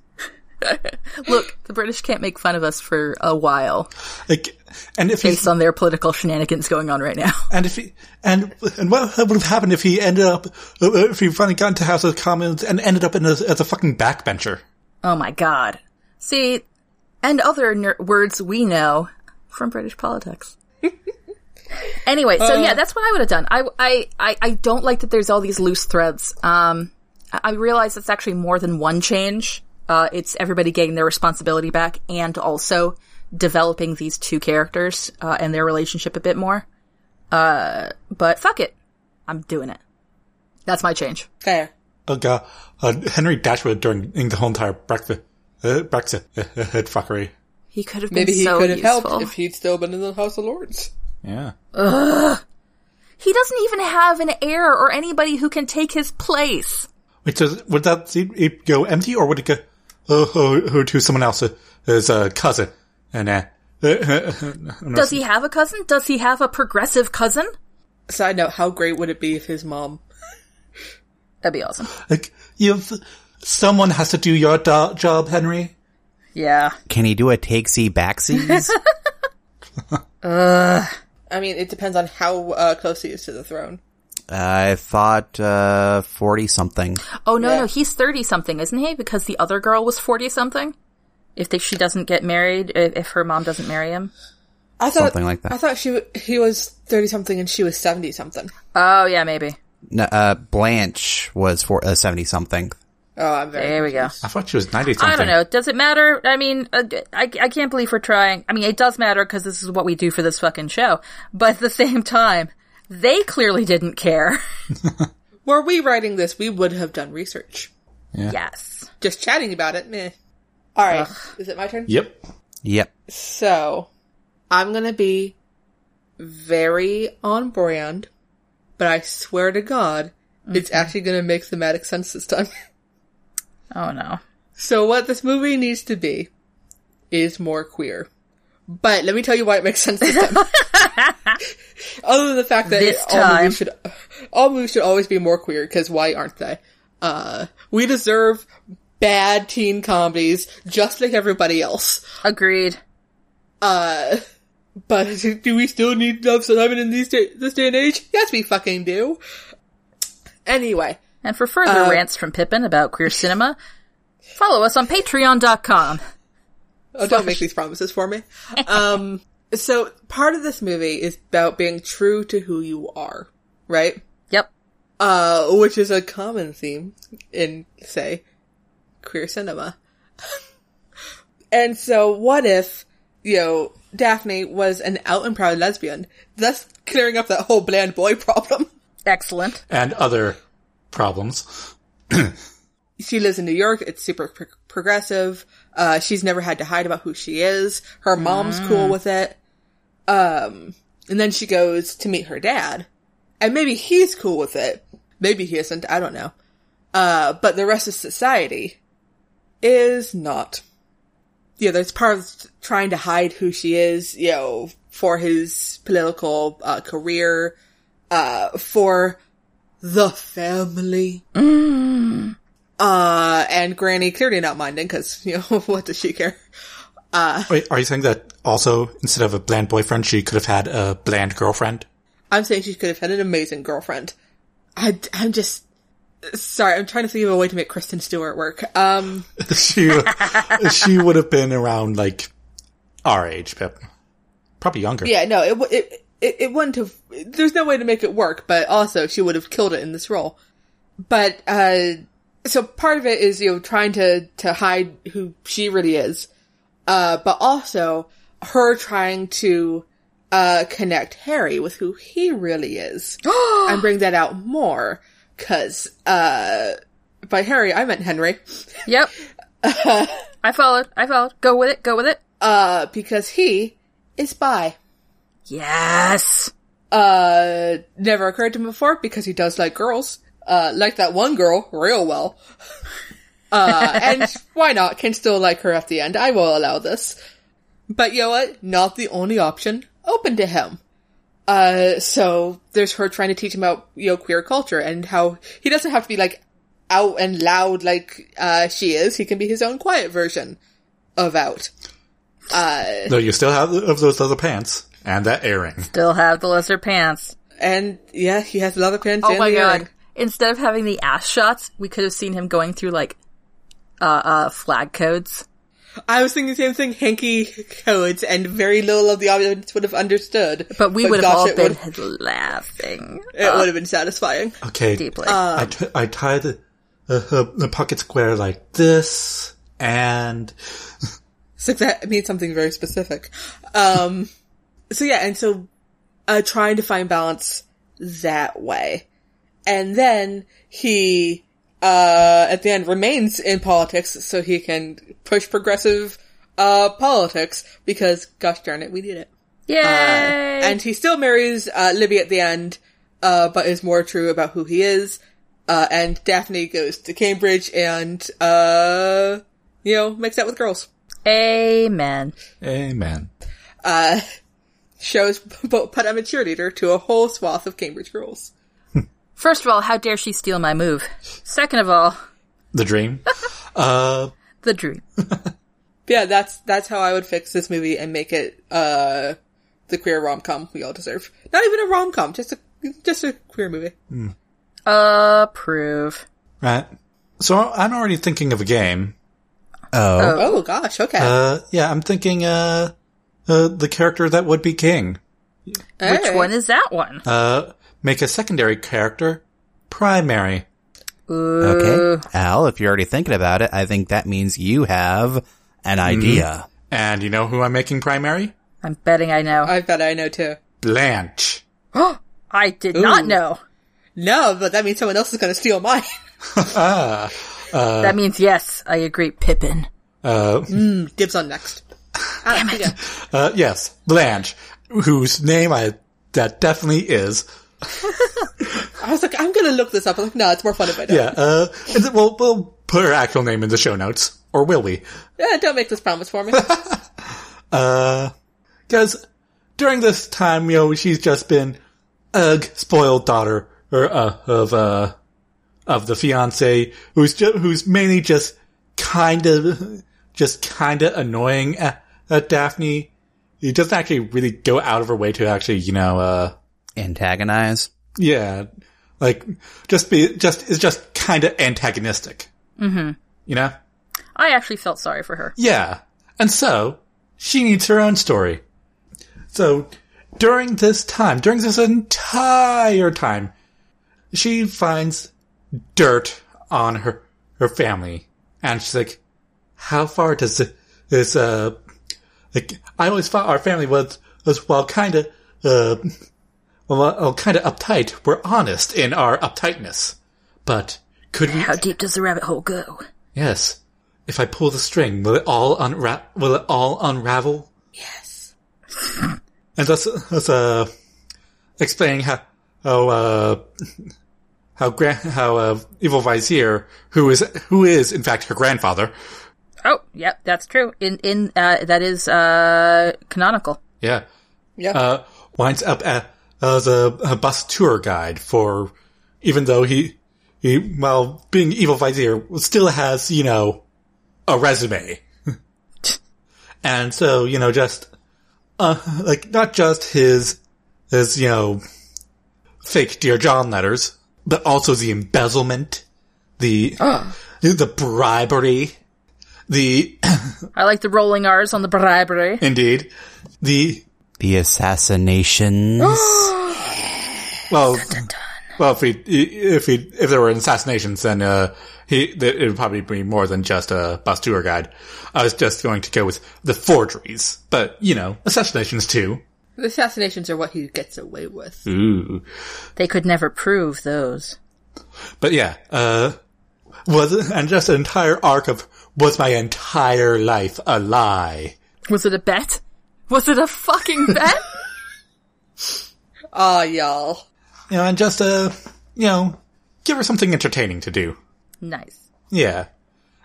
B: Look, the British can't make fun of us for a while
C: Like, and if he
B: based on their political shenanigans going on right now.
C: and if he and and what would have happened if he ended up uh, uh, if he finally got into House of Commons and ended up in a, as a fucking backbencher?
B: Oh my god. See, and other ner- words we know from British politics. anyway,
A: Uh.
B: so yeah, that's what I would have done. I, I, I, I don't like that there's all these loose threads. Um, I, I realize it's actually more than one change. Uh, it's everybody getting their responsibility back and also developing these two characters, uh, and their relationship a bit more. Uh, but fuck it. I'm doing it. That's my change.
A: Fair.
C: Oh god, uh, Henry Dashwood during the whole entire Brexit, uh, Brexit head fuckery.
B: He could have been
A: Maybe he
B: so
A: could have
B: useful.
A: helped if he'd still been in the House of Lords.
D: Yeah.
B: He doesn't even have an heir or anybody who can take his place.
C: Wait, so would that seat it go empty, or would it go oh, oh, oh, to someone else, uh, his uh, cousin? And uh,
B: Does he have a cousin? Does he have a progressive cousin?
A: Side note, how great would it be if his mom
B: That'd be awesome.
C: like you've someone has to do your do- job, Henry.
B: Yeah.
D: Can he do a takesy backsies?
A: I mean, it depends on how uh, close he is to the throne.
D: I thought uh, forty something.
B: Oh no,
A: Yeah.
B: no, he's thirty something, isn't he? Because the other girl was forty something. If they, she doesn't get married, if, if her mom doesn't marry him.
A: I thought
D: Something like that.
A: I thought she w- he was thirty something and she was seventy something.
B: Oh yeah, maybe.
D: No, uh, Blanche was for uh, seventy something.
A: Oh, I'm very.
B: There we go.
C: I thought she was ninety something.
B: I don't know. Does it matter? I mean, uh, I, I can't believe we're trying. I mean, it does matter because this is what we do for this fucking show. But at the same time, they clearly didn't care.
A: Were we writing this, we would have done research.
B: yes.
A: Just chatting about it, meh. All right, is it my turn?
C: Yep.
D: Yep.
A: So, I'm gonna be very on brand, but I swear to God, it's actually gonna make thematic sense this time.
B: Oh no.
A: so, what this movie needs to be is more queer. But let me tell you why it makes sense this time. Other than the fact that
B: This
A: all
B: time.
A: movies should all movies should always be more queer because why aren't they? Uh, we deserve bad teen comedies just like everybody else.
B: Agreed.
A: Uh, but do we still need love Simon in these day, this day and age? Yes, we fucking do. Anyway,
B: And for further
A: Uh,
B: rants from Pippin about queer cinema, follow us on patreon.com.
A: oh, don't make these promises for me. Um, so part of this movie is about being true to who you are, right?
B: Yep.
A: Uh, which is a common theme in, say, queer cinema. and so what if, you know, Daphne was an out and proud lesbian, thus clearing up that whole bland boy problem?
B: Excellent.
C: And other problems.
A: she lives in New York. It's super pro- progressive. Uh, she's never had to hide about who she is. Her mom's cool with it. Um, and then she goes to meet her dad. And maybe he's cool with it. Maybe he isn't. I don't know. Uh, but the rest of society is not. Yeah, there's part of trying to hide who she is, you know, for his political, uh, career, uh, for the family uh, and Granny clearly not minding because you know what does she care?
C: Wait, are you saying that also instead of a bland boyfriend, she could have had a bland girlfriend?
A: I'm saying she could have had an amazing girlfriend. I, am just sorry. I'm trying to think of a way to make Kristen Stewart work. Um,
C: she she would have been around like our age, Pip. Probably younger.
A: yeah, no, it w- it, it it wouldn't have. There's no way to make it work, but also she would have killed it in this role. But uh, so part of it is you know trying to to hide who she really is, uh, but also her trying to uh connect Harry with who he really is. and bring that out more because uh by harry i meant henry
B: Yep. I followed. I followed. Go with it. Go with it.
A: uh because he is bi
B: Yes.
A: uh never occurred to him before because he does like girls uh like that one girl real well uh and why not can still like her at the end i will allow this but you know what not the only option open to him Uh, so there's her trying to teach him about, you know, queer culture and how he doesn't have to be like out and loud like, uh, she is. He can be his own quiet version of out.
C: Though you still have of those leather pants and that earring.
B: Still have the lesser pants.
A: And yeah, he has leather pants
B: Oh
A: and
B: my
A: the
B: god.
A: earring.
B: Instead of having the ass shots, we could have seen him going through like uh uh flag codes.
A: I was thinking the same thing, hanky codes, and very little of the audience would have understood.
B: But we would have
A: gosh,
B: all
A: it
B: been
A: Would, Uh,
B: laughing.
A: it would have been satisfying.
C: Okay.
B: Deeply. Um.
C: I, t- I tie the, uh, her- the pocket square like this and
A: So that means something very specific. Um, so yeah, and so, uh, trying to find balance that way. And then he, uh, at the end remains in politics so he can push progressive, uh, politics because gosh darn it, we need it.
B: Yay!
A: And he still marries uh, Libby at the end, uh, but is more true about who he is. Uh, and Daphne goes to Cambridge and, uh, you know, makes out with girls.
B: Amen.
C: amen.
A: Uh, Shows, but, but I'm a cheerleader to a whole swath of Cambridge girls.
B: First of all, how dare she steal my move? Second of all,
C: The dream. uh,
B: the dream.
A: Yeah, that's, that's how I would fix this movie and make it, uh, the queer rom-com we all deserve. Not even a rom-com, just a, just a queer movie.
B: Approve.
C: right. So I'm already thinking of a game.
D: Oh,
A: Oh gosh, okay.
C: Uh, yeah, I'm thinking, uh, uh, the character that would be king.
B: Which one is that one?
C: Uh, make a secondary character primary.
B: Uh.
D: okay. Al, if you're already thinking about it, I think that means you have
B: Mm-hmm.
D: an idea.
C: And you know who I'm making primary?
B: I'm betting I know. I,
A: I bet I know too.
C: Blanche.
B: did not
A: Ooh.
B: know.
A: No, but that means someone else is gonna steal mine.
B: that means yes, I agree, Pippin.
C: Uh,
A: Dibs on next. Damn it.
C: uh, yes, Blanche, whose name I that definitely is.
A: I was like, I'm gonna look this up. I was like, no, it's more fun if I don't.
C: Yeah, uh, and then we'll we'll put her actual name in the show notes, or will we?
A: Eh, don't make this promise for me.
C: Because during this time, you know, she's just been ugh spoiled daughter or uh, of uh of the fiance who's ju- who's mainly just kind of just kind of annoying at, at Daphne. He doesn't actually really go out of her way to actually, you know, uh,
D: Antagonize.
C: Yeah, like just be just is just kind of antagonistic. Mm-hmm. You know?
B: I actually felt sorry for her.
C: Yeah, and so she needs her own story. So during this time, during this entire time, she finds dirt on her her family, and she's like, "How far does thi- this uh like I always thought our family was was well kind of uh well kind of uptight. We're honest in our uptightness, but could we
B: How deep does the rabbit hole go?
C: Yes. If I pull the string, will it all unra- will it all unravel? Yes. and that's that's uh explaining how how uh how grand how uh, evil vizier who is who is in fact her grandfather.
B: Oh, yep, that's true. In in uh, that is uh canonical.
C: Yeah.
A: Yeah.
C: Uh, winds up at, as a, a bus tour guide for, even though he, he, while being evil vizier, still has, you know, a resume. and so, you know, just, uh, like, not just his, his, you know, fake Dear John letters, but also the embezzlement, the, the bribery, the,
B: I like the rolling R's on the bribery.
C: indeed, the
D: The assassinations.
C: Well, well, if he if he if there were assassinations, then uh, he th- it would probably be more than just a bus tour guide. I was just going to go with the forgeries, but you know, assassinations too.
A: The assassinations are what he gets away with.
C: Ooh,
B: They could never prove those.
C: but yeah, uh, was and just an entire arc of was my entire life a lie?
B: Was it a bet? Was it a fucking bet?
A: Ah, y'all.
C: You know, and just uh, you know, give her something entertaining to do.
B: nice.
C: Yeah.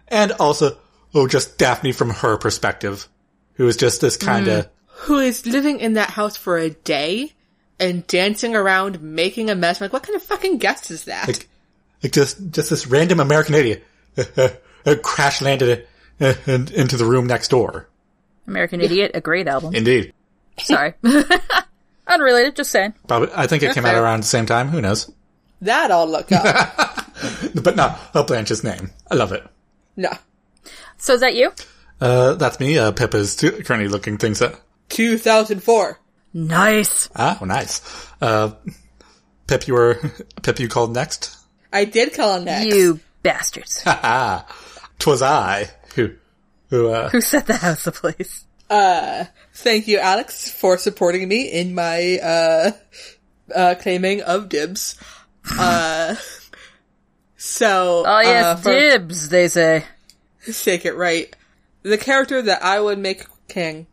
C: And also, oh, just Daphne from her perspective, who is just this kind of,
A: Who is living in that house for a day and dancing around, making a mess. I'm like, what kind of fucking guest is that?
C: Like, like just just this random American idiot uh, crash landed uh, in- into the room next door.
B: American Idiot, a great album.
C: Indeed,
B: Sorry. Unrelated, just saying.
C: probably. I think it came out
A: fair.
C: around the same time. Who knows?
A: that I'll look up.
C: But no, uh, Blanche's name. I love it.
A: no.
B: So is that you?
C: Uh, that's me. Uh, Pippa's t- currently looking things up.
A: 2004.
B: Nice.
C: Ah, nice. Uh, Pip, you were Pip. You called next.
A: I did call him next.
B: You bastards.
C: Twas I who who uh,
B: Who set the house ablaze?
A: Thank you, Alex, for supporting me in my, uh, uh, claiming of dibs. Uh, so,
B: Oh yes,
A: uh, for-
B: dibs, they say.
A: Take it right. The character that I would make king,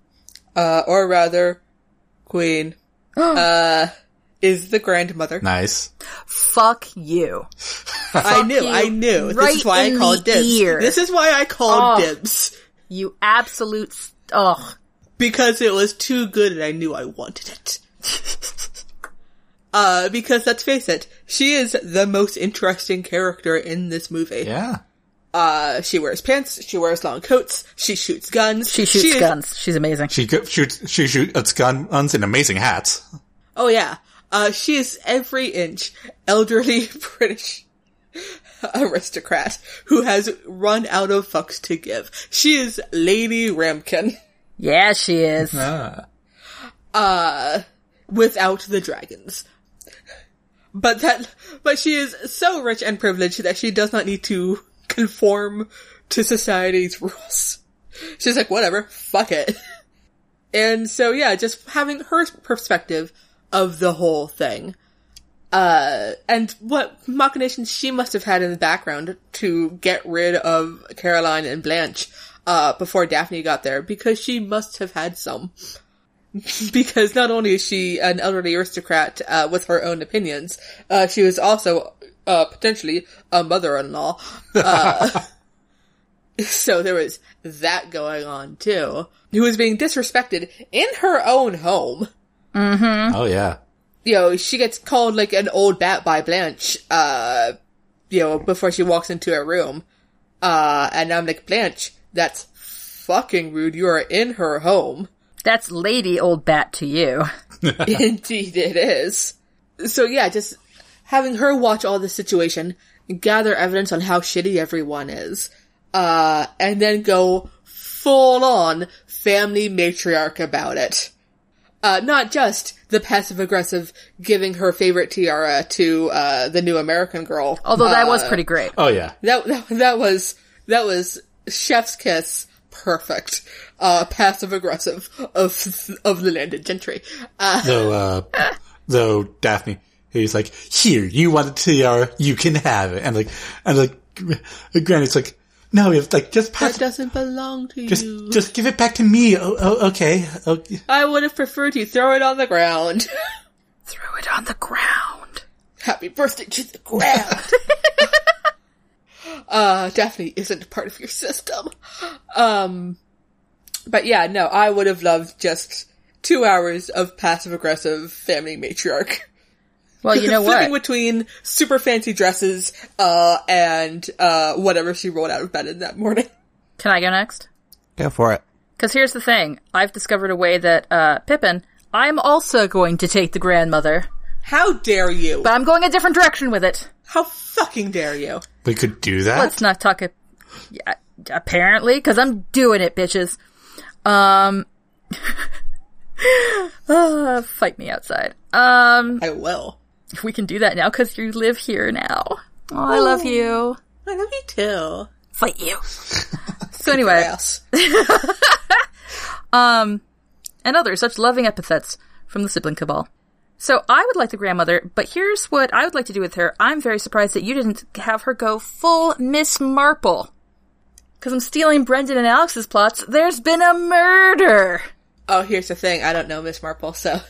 A: uh, or rather, queen, uh, is the grandmother.
C: nice.
B: Fuck you.
A: I knew,
B: you
A: I knew. this
B: right
A: is why I
B: in
A: called
B: the
A: dibs.
B: ear.
A: This is why I called
B: Oh.
A: dibs.
B: You absolute st- oh
A: Because it was too good and I knew I wanted it. uh, because let's face it, she is the most interesting character in this movie.
C: Yeah.
A: Uh, she wears pants, she wears long coats, she shoots guns.
B: she shoots
A: is-
B: guns. She's amazing.
C: She go- shoots. She shoots guns in amazing hats.
A: Oh yeah. Uh, she is every inch elderly British aristocrat who has run out of fucks to give. She is Lady Ramkin
B: yeah, she is.
A: without the dragons. But that, but she is so rich and privileged that she does not need to conform to society's rules. She's like, whatever, fuck it. And so yeah, just having her perspective of the whole thing. Uh, and what machinations she must have had in the background to get rid of Caroline and Blanche, uh, before Daphne got there, because she must have had some because not only is she an elderly aristocrat uh, with her own opinions, uh, she was also uh, potentially a mother-in-law. Uh, so there was that going on too. Who was being disrespected in her own home?
C: Oh yeah.
A: You know, she gets called like an old bat by Blanche. Uh, you know, before she walks into her room, uh, and I'm like, Blanche, that's fucking rude. You are in her home.
B: That's lady old bat to you.
A: Indeed, it is. So yeah, just having her watch all this situation, gather evidence on how shitty everyone is, uh, and then go full on family matriarch about it. Uh, not just the passive aggressive giving her favorite tiara to, uh, the new American girl.
B: Although that was pretty great.
C: Oh yeah.
A: That, that, that was, that was chef's kiss. Perfect. Uh, passive aggressive of, of the landed gentry.
C: Though uh, though Daphne, he's like, here, you want a tiara, you can have it, and like and like, Gr- Granny's like, no, it's like just
A: That
C: pass,
A: doesn't belong to
C: just
A: you.
C: just give it back to me. Oh, oh okay. Oh,
A: I would have preferred you throw it on the ground.
B: Threw it on the ground.
A: Happy birthday to the ground. uh, Daphne isn't part of your system. Um, but yeah, no, I would have loved just two hours of passive aggressive family matriarch.
B: Well, you know
A: Flipping
B: what?
A: between super fancy dresses, uh, and, uh, whatever she rolled out of bed in that morning.
B: Can I go next?
D: Go for it.
B: Because here's the thing: I've discovered a way that uh, Pippin. I'm also going to take the grandmother,
A: How dare you?
B: but I'm going a different direction with it.
A: How fucking dare you?
C: we could do that.
B: Let's not talk. A- yeah, apparently, because I'm doing it, bitches. Um, uh, fight me outside. Um,
A: I will.
B: we can do that now because you live here now. Oh, I love you.
A: I love you too.
B: Fight you. so anyway,
A: Yes.
B: and other such loving epithets from the sibling cabal. So I would like the grandmother, but here's what I would like to do with her. I'm very surprised that you didn't have her go full Miss Marple. Because I'm stealing Brendan and Alex's plots. There's been a murder.
A: Oh, here's the thing. I don't know Miss Marple, so.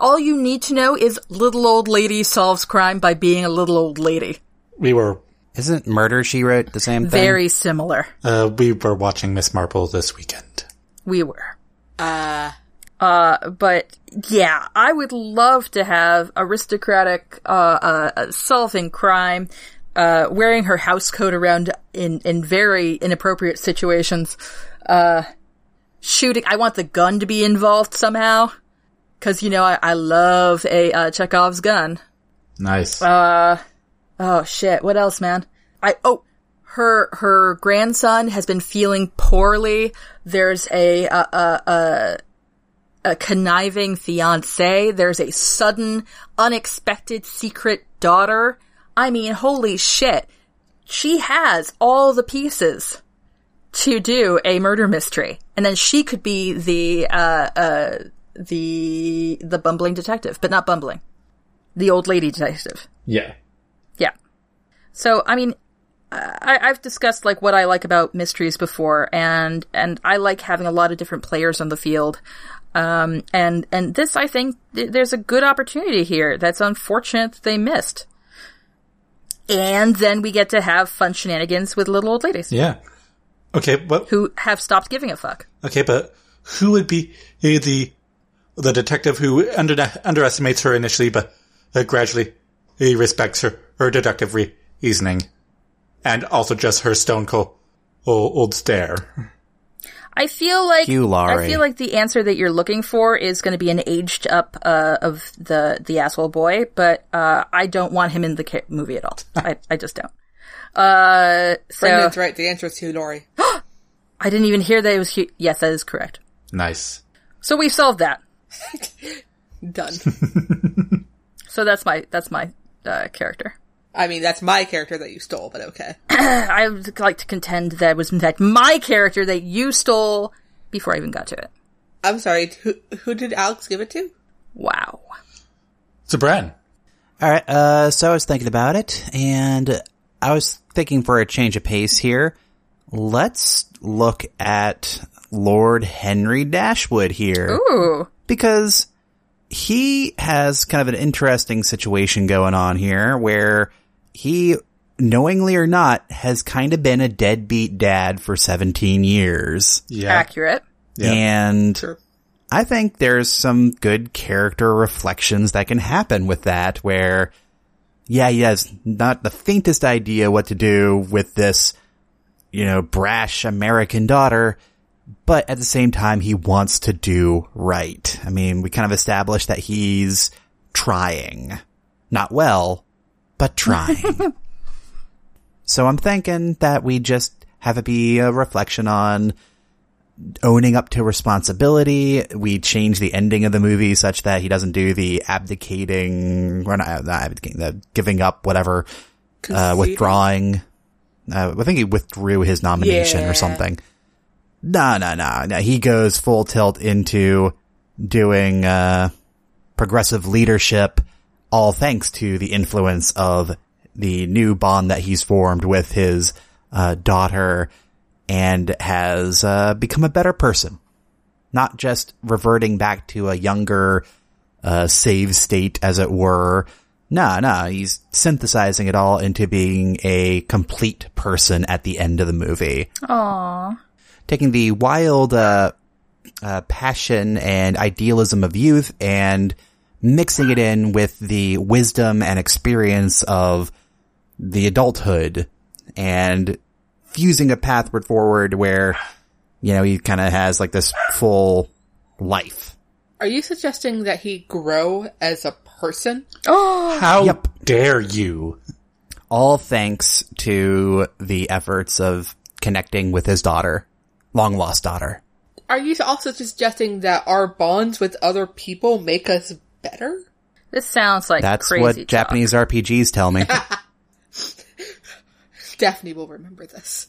B: All you need to know is little old lady solves crime by being a little old lady.
C: we were
D: Isn't Murder She Wrote the same thing?
B: Very similar.
C: uh, we were watching Miss Marple this weekend.
B: We were. Uh, but yeah, I would love to have aristocratic, uh, uh, uh, solving crime, uh, wearing her house coat around in, in very inappropriate situations, uh, shooting. I want the gun to be involved somehow. Cause you know, I, I love a, uh, Chekhov's gun.
D: Nice.
B: Oh shit, what else, man? I oh, her her grandson has been feeling poorly. There's a a a, a, a conniving fiance. There's a sudden, unexpected secret daughter. I mean, holy shit. She has all the pieces to do a murder mystery. And then she could be the uh uh the the bumbling detective, but not bumbling. The old lady detective.
F: Yeah.
B: Yeah. So, I mean, I, I've discussed like what I like about mysteries before, and and I like having a lot of different players on the field. Um, and and this, I think, th- there's a good opportunity here. That's unfortunate that they missed. And then we get to have fun shenanigans with little old ladies
C: Yeah. Okay, but
B: who have stopped giving a fuck.
C: okay, but who would be eh, the the detective who under, underestimates her initially, but uh, gradually he respects her her deductive re- reasoning, and also just her stone cold old, old stare.
B: I feel like
D: Hugh Laurie.
B: I feel like the answer that you're looking for is going to be an aged up uh, of the the asshole boy, but uh, I don't want him in the ca- movie at all. I, I just don't. Uh, so
A: Brendan's right. The answer is Hugh Laurie.
B: I didn't even hear that it was. Hugh- yes, that is correct.
D: nice.
B: So we've solved that.
A: Done.
B: So that's my that's my uh, character.
A: I mean, that's my character that you stole, but okay.
B: I would like to contend that it was in fact my character that you stole before I even got to it.
A: I'm sorry. Who who did Alex give it to?
B: Wow.
C: So, Bran,
D: All right. Uh, so I was thinking about it, and I was thinking for a change of pace here. Let's look at Lord Henry Dashwood here
B: Ooh.
D: because he has kind of an interesting situation going on here where he, knowingly or not, has kind of been a deadbeat dad for 17 years.
C: yeah,
B: Accurate.
C: Yeah.
D: And
A: Sure.
D: I think there's some good character reflections that can happen with that where, yeah, he has not the faintest idea what to do with this, you know, brash American daughter, but at the same time, he wants to do right. I mean, we kind of established that he's trying. Not well, but trying. so I'm thinking that we just have it be a reflection on owning up to responsibility. We change the ending of the movie such that he doesn't do the abdicating, or not, not abdicating, the giving up, whatever, uh,
A: Conceding.
D: withdrawing. Uh, I think he withdrew his nomination
A: Yeah.
D: or something. No, no, no, no. He goes full tilt into doing, uh, progressive leadership, all thanks to the influence of the new bond that he's formed with his, uh, daughter and has uh, become a better person. Not just reverting back to a younger uh, save state, as it were. Nah, nah, he's synthesizing it all into being a complete person at the end of the movie. Aww. Taking the wild uh, uh, passion and idealism of youth and mixing it in with the wisdom and experience of the adulthood and fusing a pathward forward where, you know, he kind of has like this full life.
A: Are you suggesting that he grow as a person?
C: how dare you?
D: All thanks to the efforts of connecting with his daughter, long lost daughter.
A: Are you also suggesting that our bonds with other people make us better?
B: This sounds like
D: That's
B: crazy
D: what
B: talk.
D: Japanese RPGs tell me.
A: Daphne will remember this.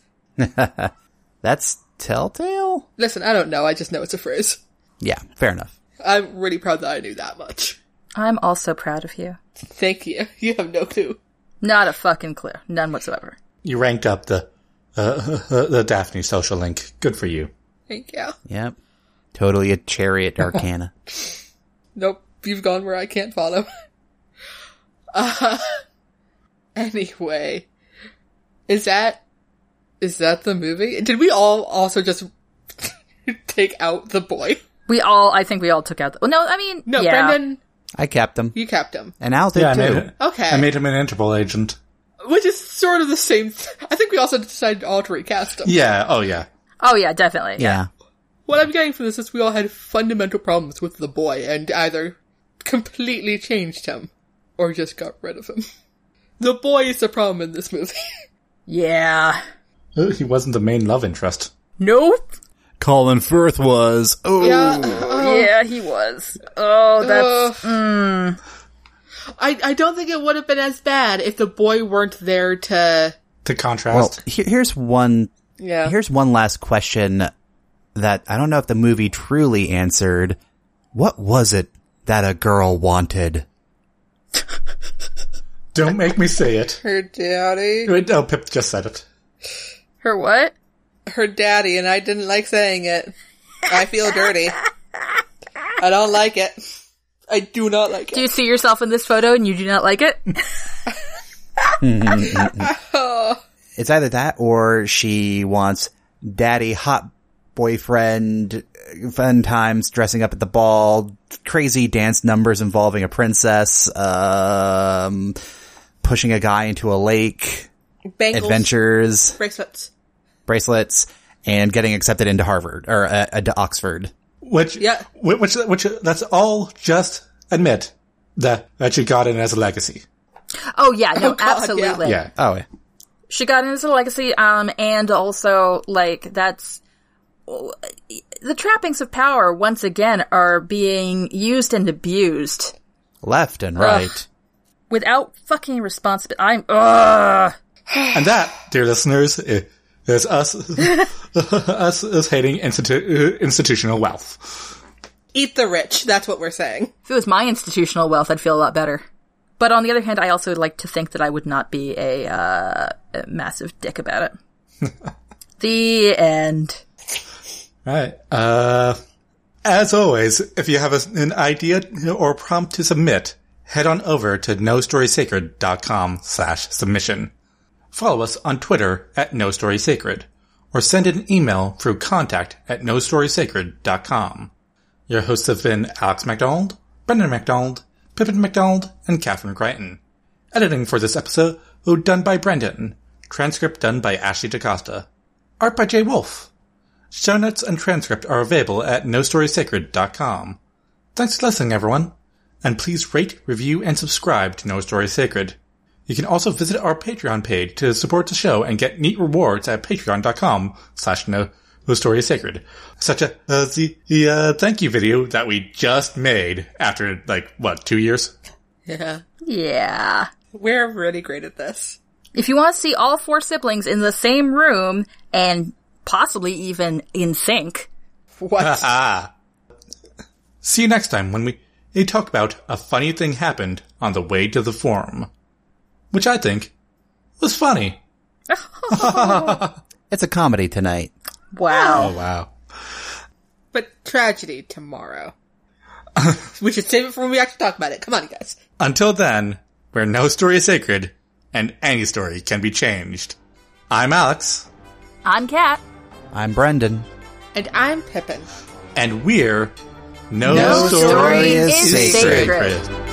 D: That's Telltale?
A: Listen, I don't know. I just know it's a phrase.
D: Yeah, fair enough.
A: I'm really proud that I knew that much.
B: I'm also proud of you.
A: Thank you. You have no clue.
B: Not a fucking clue. None whatsoever.
C: You ranked up the uh, the Daphne social link. Good for you.
A: Thank you.
D: Yep. Totally a chariot arcana.
A: Nope. You've gone where I can't follow. uh, anyway. Is that, is that the movie? Did we all also just take out the boy?
B: We all, I think we all took out. The, well, no, I mean,
A: No,
B: yeah.
A: Brendan,
D: I kept him.
A: you kept him,
D: And Al did
C: Yeah, I made
D: too.
C: it.
A: Okay.
C: I made him an Interpol agent.
A: which is sort of the same. Th- I think we also decided all to recast him.
C: Yeah. Oh, yeah.
B: Oh yeah, definitely.
D: Yeah.
A: What I'm getting from this is we all had fundamental problems with the boy and either completely changed him or just got rid of him. The boy is the problem in this movie.
B: Yeah.
C: Uh, He wasn't the main love interest.
B: Nope.
D: Colin Firth was. Oh.
B: yeah, he was. Oh, that's
A: I, I don't think it would have been as bad if the boy weren't there to.
C: To
D: Well,
C: contrast,
D: here- here's one
A: Yeah.
D: Here's one last question that I don't know if the movie truly answered. What was it that a girl wanted?
C: don't make me say it.
A: her daddy.
C: Wait, Oh, Pip just said it.
B: her. What?
A: Her daddy, and I didn't like saying it. I feel dirty. I don't like it. I do not like
B: Do
A: it.
B: you see yourself in this photo and you do not like it?
D: It's either that or she wants daddy hot boyfriend, fun times dressing up at the ball, crazy dance numbers involving a princess, um, pushing a guy into a lake,
A: Bangles,
D: adventures,
A: bracelets.
D: bracelets, and getting accepted into Harvard or uh, uh, to Oxford.
C: Which,
A: Yeah.
C: whi- which, which, that's all just admit that, that she got in as a legacy.
B: Oh yeah, no,
A: God, yeah.
B: absolutely.
C: Yeah.
D: Oh,
B: She got into the legacy, um, and also like that's the trappings of power once again are being used and abused
D: left and right.
B: without fucking responsibility. I'm ugh.
C: And that, dear listeners, i- is us, us, us hating institu- uh, institutional wealth.
A: Eat the rich. That's what we're saying.
B: If it was my institutional wealth, I'd feel a lot better. But on the other hand, I also would like to think that I would not be a, uh, a massive dick about it. the end.
C: Right. Uh, as always, if you have a, an idea or prompt to submit, head on over to nostorysacred.com slash submission. Follow us on Twitter at nostorysacred or send an email through contact at nostorysacred.com. Your hosts have been Alex MacDonald, Brendan MacDonald, Pippin MacDonald, and Catherine Crichton. Editing for this episode was done by Brendan. Transcript done by Ashley DaCosta. Art by Jay Wolfe. Show notes and transcript are available at nostorysacred.com. Thanks for listening, everyone. And please rate, review, and subscribe to No Story Sacred. You can also visit our Patreon page to support the show and get neat rewards at patreon.com slash no No story sacred, such as uh, the, the uh, thank you video that we just made after, like, what, two years?
A: Yeah.
B: Yeah.
A: We're really great at this.
B: If you want to see all four siblings in the same room and possibly even in sync,
A: What?
C: See you next time when we we talk about a funny thing happened on the way to the forum, which I think was funny.
D: It's a comedy tonight.
B: Oh, wow.
C: wow.
A: but tragedy tomorrow. we should save it for when we actually talk about it. Come on, you guys.
C: Until then, where no story is sacred and any story can be changed. I'm Alex,
B: I'm Kat.
D: I'm Brendan.
A: And I'm Pippin.
C: and we're No,
A: No Story
D: is
C: Sacred.